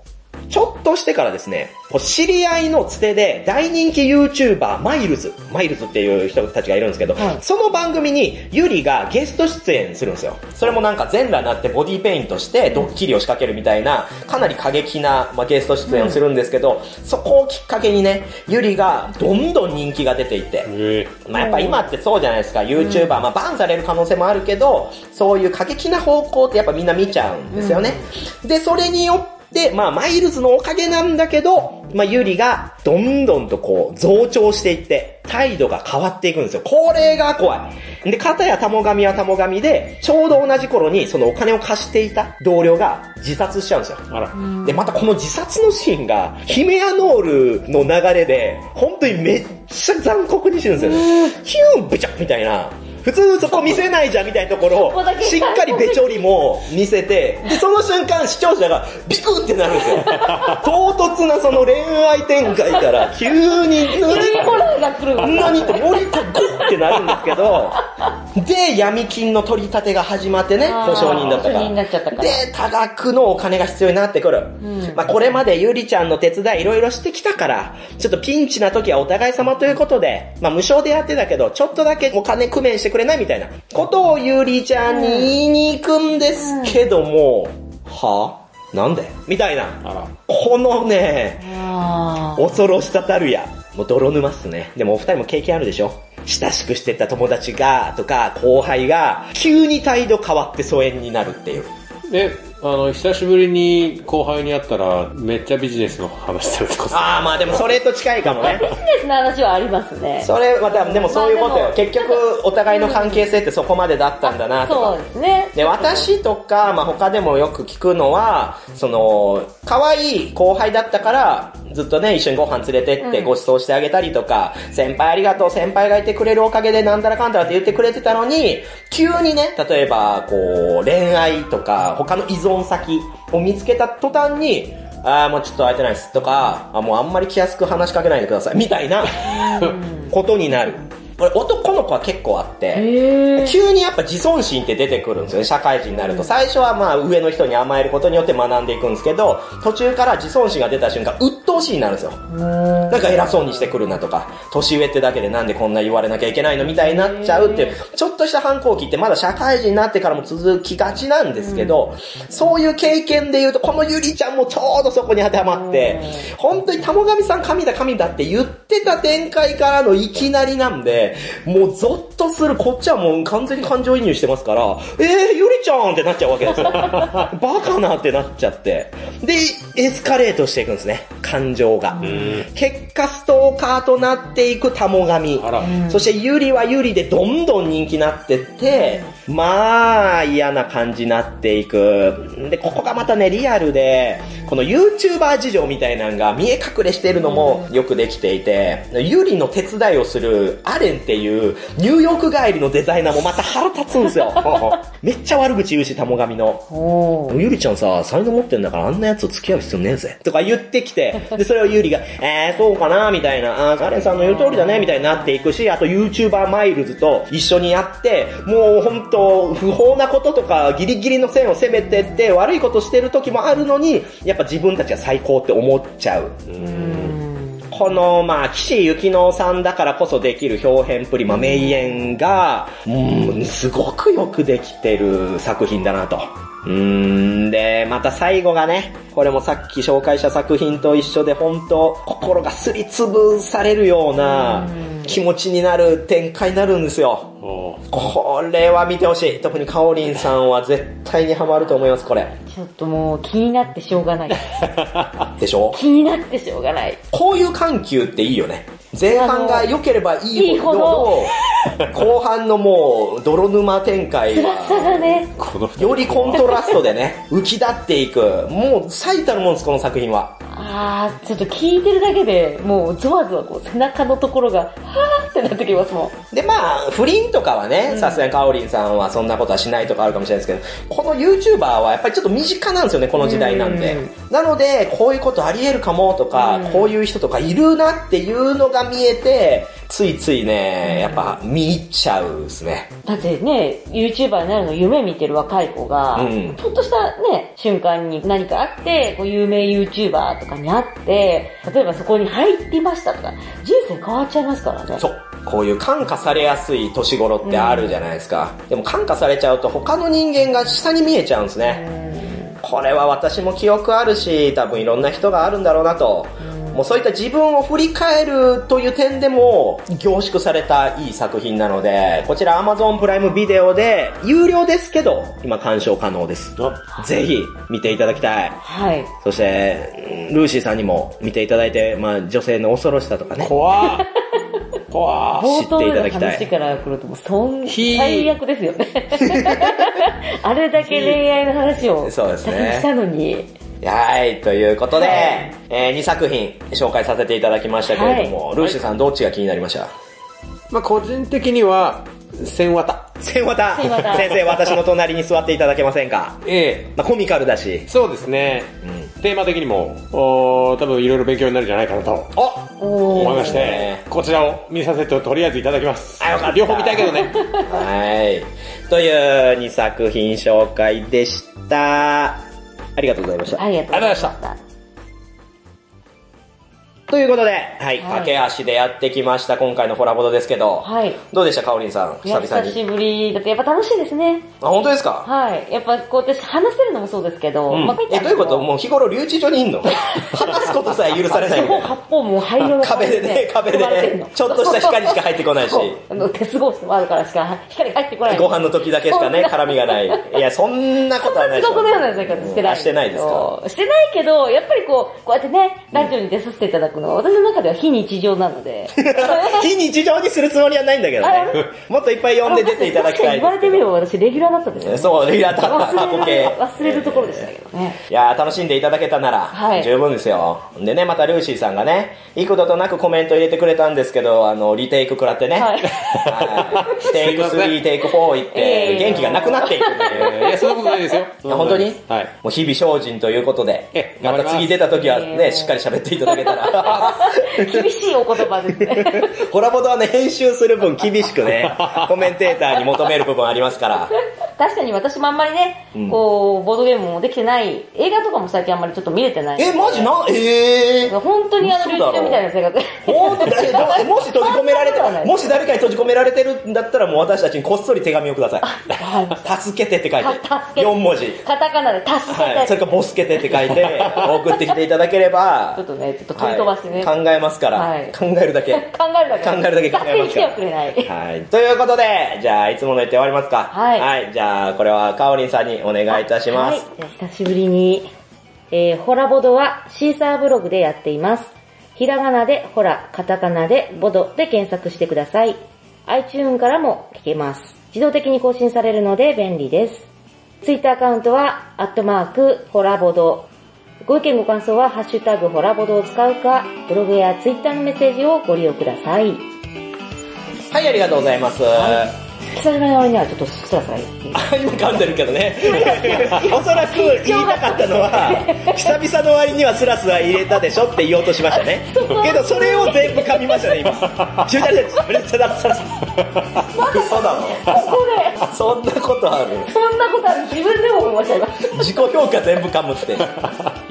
ちょっとしてからですね、こう知り合いのつてで大人気 YouTuber、マイルズ、マイルズっていう人たちがいるんですけど、
はい
その番組にユリがゲスト出演するんですよ。それもなんか全裸になってボディペイントしてドッキリを仕掛けるみたいな、かなり過激な、まあ、ゲスト出演をするんですけど、そこをきっかけにね、ユリがどんどん人気が出ていって、
え
まあやっぱ今ってそうじゃないですか、YouTuber、まあバンされる可能性もあるけど、そういう過激な方向ってやっぱみんな見ちゃうんですよね。で、それによって、まあマイルズのおかげなんだけど、まあユリがどんどんとこう増長していって、態度が変わっていくんですよ。これが怖い。で、片やタモ神はタモ神で、ちょうど同じ頃にそのお金を貸していた同僚が自殺しちゃうんですよ。
あら。
で、またこの自殺のシーンが、ヒメアノールの流れで、本当にめっちゃ残酷にしてるんですよね。ヒュンブチャみたいな。普通そこ見せないじゃんみたいなところ
ここだ
を、
け
しっかりべちょりも見せて、で、その瞬間視聴者がビクってなるんですよ。唐突なその恋愛展開から、急に、急
急にホラーが来る。
何って森田グッってなるんですけど、で、闇金の取り立てが始まってね、
あ
保
ー
証人だったか
保証人にな
ら。
っちゃったから
で、多額のお金が必要になってくる。
うん
まあこれまでゆりちゃんの手伝いいろいろしてきたから、ちょっとピンチな時はお互い様ということで、まあ無償でやってたけど、ちょっとだけお金工面してくれないみたいなことをゆりちゃんに言いに行くんですけども、はぁなんでみたいな。
あら。
このね、
あー
恐ろしさたるや。もう泥沼っすね。でもお二人も経験あるでしょ親しくしてた友達が、とか、後輩が、急に態度変わって疎遠になるっていう。
で、あの、久しぶりに後輩に会ったら、めっちゃビジネスの話するってこと。
ああ、まあでもそれと近いかもね。
ビジネスの話はあります ね。
それは、でもでもそういうこと
まあ
よ。
でも
結局、お互いの関係性ってそこまでだったんだな、と
そう
か。
ですね。
で、私とか、まあ他でもよく聞くのは、その、可愛い後輩だったから、ずっとね、一緒にご飯連れてって
うん
ご馳走してあげたりとか、先輩ありがとう、先輩がいてくれるおかげでなんだらかんだらって言ってくれてたのに、急にね、例えば、こう、恋愛とか、他の依存先を見つけた途端に、ああ、もうちょっと会えてないですとか、あもうあんまり気安く話しかけないでください、みたいなことになる。これ男の子は結構あって、
へー
急にやっぱ自尊心って出てくるんですよね、社会人になると。最初はまあ上の人に甘えることによって学んでいくんですけど、途中から自尊心が出た瞬間、鬱陶しいになるんですよ。なんか偉そうにしてくるなとか、年上ってだけでなんでこんな言われなきゃいけないのみたいになっちゃうっていう、ちょっとした反抗期ってまだ社会人になってからも続きがちなんですけど、そういう経験で言うと、このゆりちゃんもちょうどそこに当てはまって、本当に玉神さん神だ神だって言ってた展開からのいきなりなんで、もうゾッとする、こっちはもう完全に感情移入してますから、えー、ゆりちゃんってなっちゃうわけですよ。バカなってなっちゃって。で、エスカレートしていくんですね。感情が。結果、ストーカーとなっていくタモ神
あ。ら、
そして、ユリはユリでどんどん人気になってって、まあ、嫌な感じになっていく。で、ここがまたね、リアルで、この YouTuber 事情みたいなのが見え隠れしているのもよくできていて、ユリの手伝いをするアレンっていうニューヨーク帰りのデザイナーもまた腹立つんです よ。めっちゃ悪口言うし、タモ神の。
おー
ゆりちゃんさ、才能持ってんだからあんなやつ付き合う必要ねえぜ。とか言ってきて、で、それをゆりが、えー、そうかなみたいな、あーカレンさんの言う通りだね、みたいになっていくし、あと YouTuber マイルズと一緒にやって、もう本当不法なこととかギリギリの線を攻めてって、悪いことしてる時もあるのに、やっぱ自分たちが最高って思っちゃう。この、まあ、岸由紀乃さんだからこそできる表現プリマ、名演が、うん、すごくよくできてる作品だなと。うーん、で、また最後がね、これもさっき紹介した作品と一緒で、本当心がすりつぶされるような気持ちになる展開になるんですよ。
おー
これは見てほしい。特にカオリンさんは絶対にハマると思います、これ。
ちょっともう気になってしょうがない。
でしょ
気になってしょうがない。
こういう緩急っていいよね。前半が良ければい
い
い
い
ほ
ほ
ど
ど、
後半のもう泥沼展開
辛さ
は、
がね、
この二人
よりコントラストでね、浮き立っていく。もう最たるもんです、この作品は。
あー、ちょっと聞いてるだけでもうゾワゾワこう背中のところが、はーってなってきますもん。
で、まあ、不倫とかはね、さすがにカオリンさんはそんなことはしないとかあるかもしれないですけど、この YouTuber はやっぱりちょっと身近なんですよね、この時代なんで。なので、こういうことあり得るかもとか、こういう人とかいるなっていうのが見えて、ついついね、やっぱ見入っちゃうですね。
だってね、YouTuber になるの夢見てる若い子が、
うん
ちょっとしたね、瞬間に何かあって、こう有名 YouTuber とかに会って、例えばそこに入りましたとか、人生変わっちゃいますからね。
そう。こういう感化されやすい年頃ってあるじゃないですか。でも感化されちゃうと他の人間が下に見えちゃうんですね。これは私も記憶あるし、多分いろんな人があるんだろうなと。もうそういった自分を振り返るという点でも凝縮されたいい作品なので、こちら Amazon プライムビデオで有料ですけど、今鑑賞可能です。ぜひ見ていただきたい。
はい。
そして、ルーシーさんにも見ていただいて、まあ女性の恐ろしさとかね。
怖っ怖っ
冒頭
知っていた
の
だきたい
話から来るともう、そん、
ひー
最悪ですよね。 あれだけ恋愛の話を
そうですね
先にしたのに、
はい、ということで、
はい
え2作品紹介させていただきましたけれども、ルーシーさんどっちが気になりました
まあ個人的には、千綿。
千綿
千綿
先生、私の隣に座っていただけませんか
え
まあ、コミカルだし
え、。そうですね。
うん。
テーマ的にも、おー多分いろいろ勉強になるんじゃないかなと
お
お
思い
ー
まして、
ね
こちらを見させてとりあえずいただきます。
あよかった
両方見たいけ どね。
はい。という2作品紹介でした。ありがとうございました。
ありがとうございました。
ということで、はい、
はい
駆け足でやってきました、今回のホラボドですけど、
はい。
どうでした、かおりんさん、
いや
久々
久
に。
しぶりだってやっぱ楽しいですね。
あ、本当ですか
はい。やっぱこう私話せるのもそうですけど、
うん
まあ書。て
え、
あ
どう
る
いうこともう日頃留置所にいんの話すことさえ許されない
四
みたい
方
な
八方もう灰 色の
壁でね、壁で
囲まれてんの
ね、ちょっとした光しか入ってこないし
そ、うあの鉄格子もあるからしか光が入ってこない
ご飯の時だけしかね、
そんな
絡みがない。いや、そんなことはない
す
でし
ご
ょ
くのような生活してない
あしてないですか。
そうしてないけどやっぱりこうこうやってねラジオに出させていただくのは、私の中では非日常なので
非日常にするつもりはないんだけど
あ
ね
れ。
もっといっぱい呼んで出ていただきたい
確かに言われてみれば私レギュラーだったんですよ、
えそう、レギュラーだった、過去
忘れ
形
る忘れるところでしたけど ね、
いやー楽しんでいただけたな
は
ら、
い
十分ですよ。でね、またルーシーさんがね、幾度となくコメント入れてくれたんですけど、あの、リテイク食らってね、
はい
はいテイク
すいませ
3、
ん
テイク4行っ
え
て、
え
元気がなくなっていくって
え
いう。
ーいや、そんなことないですよ。
いや本当に、
はい。
もう日々精進ということで
え、
ま
頑張
た
ります
次出た時は
え
ね、
え
しっかり喋っていただけたら。
厳しいお言葉ですね
コラボとはね、編集する分厳しく ね、コメンテーターに求める部分ありますから。
確かに私もあんまりね、
うん
こうボードゲームもできてない映画とかも最近あんまりちょっと見れてない
え、マジな、えー。
本当にあのル
嘘
ー
だろ
みたいな生活
ほんとだえどえもし閉じ込められ
そんなことはな
て、
い
もし誰かに閉じ込められてるんだったらもう私たちにこっそり手紙をください。助けてって書い
た助け
て。
て
4文字。
カタカナで助けて、
はい。それかボスケてって書い て、送ってきていただければ。
ちょっとねちょっと飛び飛ばしてね
はい考えますから。
はい
考えるだけ。
考えるだけ。
考えるだけ考え
達成
ま
し
す
て
から
はくれない。
はい。ということで、じゃあ、いつもの言って終わりますか。
はい
じゃあ、これは、かおりんさんにお願いいたします。
はい。じゃあ久しぶりに、えー、ホラボドはシーサーブログでやっています。ひらがなでホラ、カタカナでボドで検索してください。iTune からも聞けます。自動的に更新されるので便利です。Twitter アカウントは、アットマーク、ホラボド。ご意見ご感想は、ハッシュタグホラボドを使うか、ブログや Twitter のメッセージをご利用ください。
はい、ありがとうございます。
久々に割にはちょっとスラスラ言っていい
あ今噛んでるけどね。おそらく言いたかったのは、久々の割にはスラスラ入れたでしょって言おうとしましたね。けど、それを全部噛みましたね、今。 急にあれブレッサラスラスラ嘘だ
ここで、
ろ。そんなことある
そんなことある自分でも思いました、今。
自己評価全部噛むって。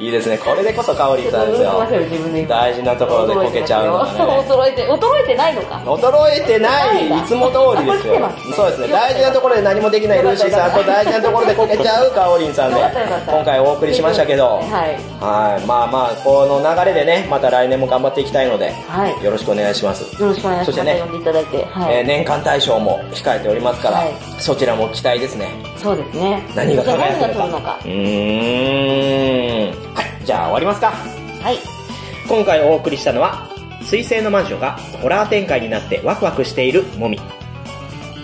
いいですね、これでこそ香りさんです
驚きましたよ自分で
よ。
今
大事なところでこけちゃうのがね。
驚いて、驚いてないのか。
驚いてない、いつも通りです
あこれ来て
よ
ます。
そうですね、大事なところで何もできないルーシーさんと大事なところでこけちゃうかおりんさんで、
よかったよかった
今回お送りしましたけど、
はい。
はい、まあまあ、この流れでね、また来年も頑張っていきたいので、
はい
よろしくお願いします。
よろしくお願いし
そして
ます。ま
ね
た呼んでいただいて。はい。
えー年間大賞も控えておりますから、
はい
そちらも期待ですね。
そうですね。
何が輝くのか
じゃあ何が取るのか
う。ーん。はい、じゃあ終わりますか。
はい。
今回お送りしたのは、水星の魔女がホラー展開になってワクワクしているもみ。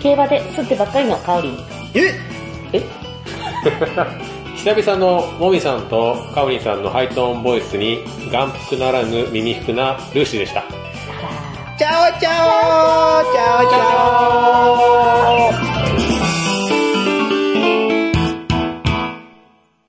競馬で吸ってばっかりの香り。
え
え
久々のもみさんとかおりんさんのハイトーンボイスに眼福ならぬ耳福なルーシーでした。
チャオチャオチャオチャオ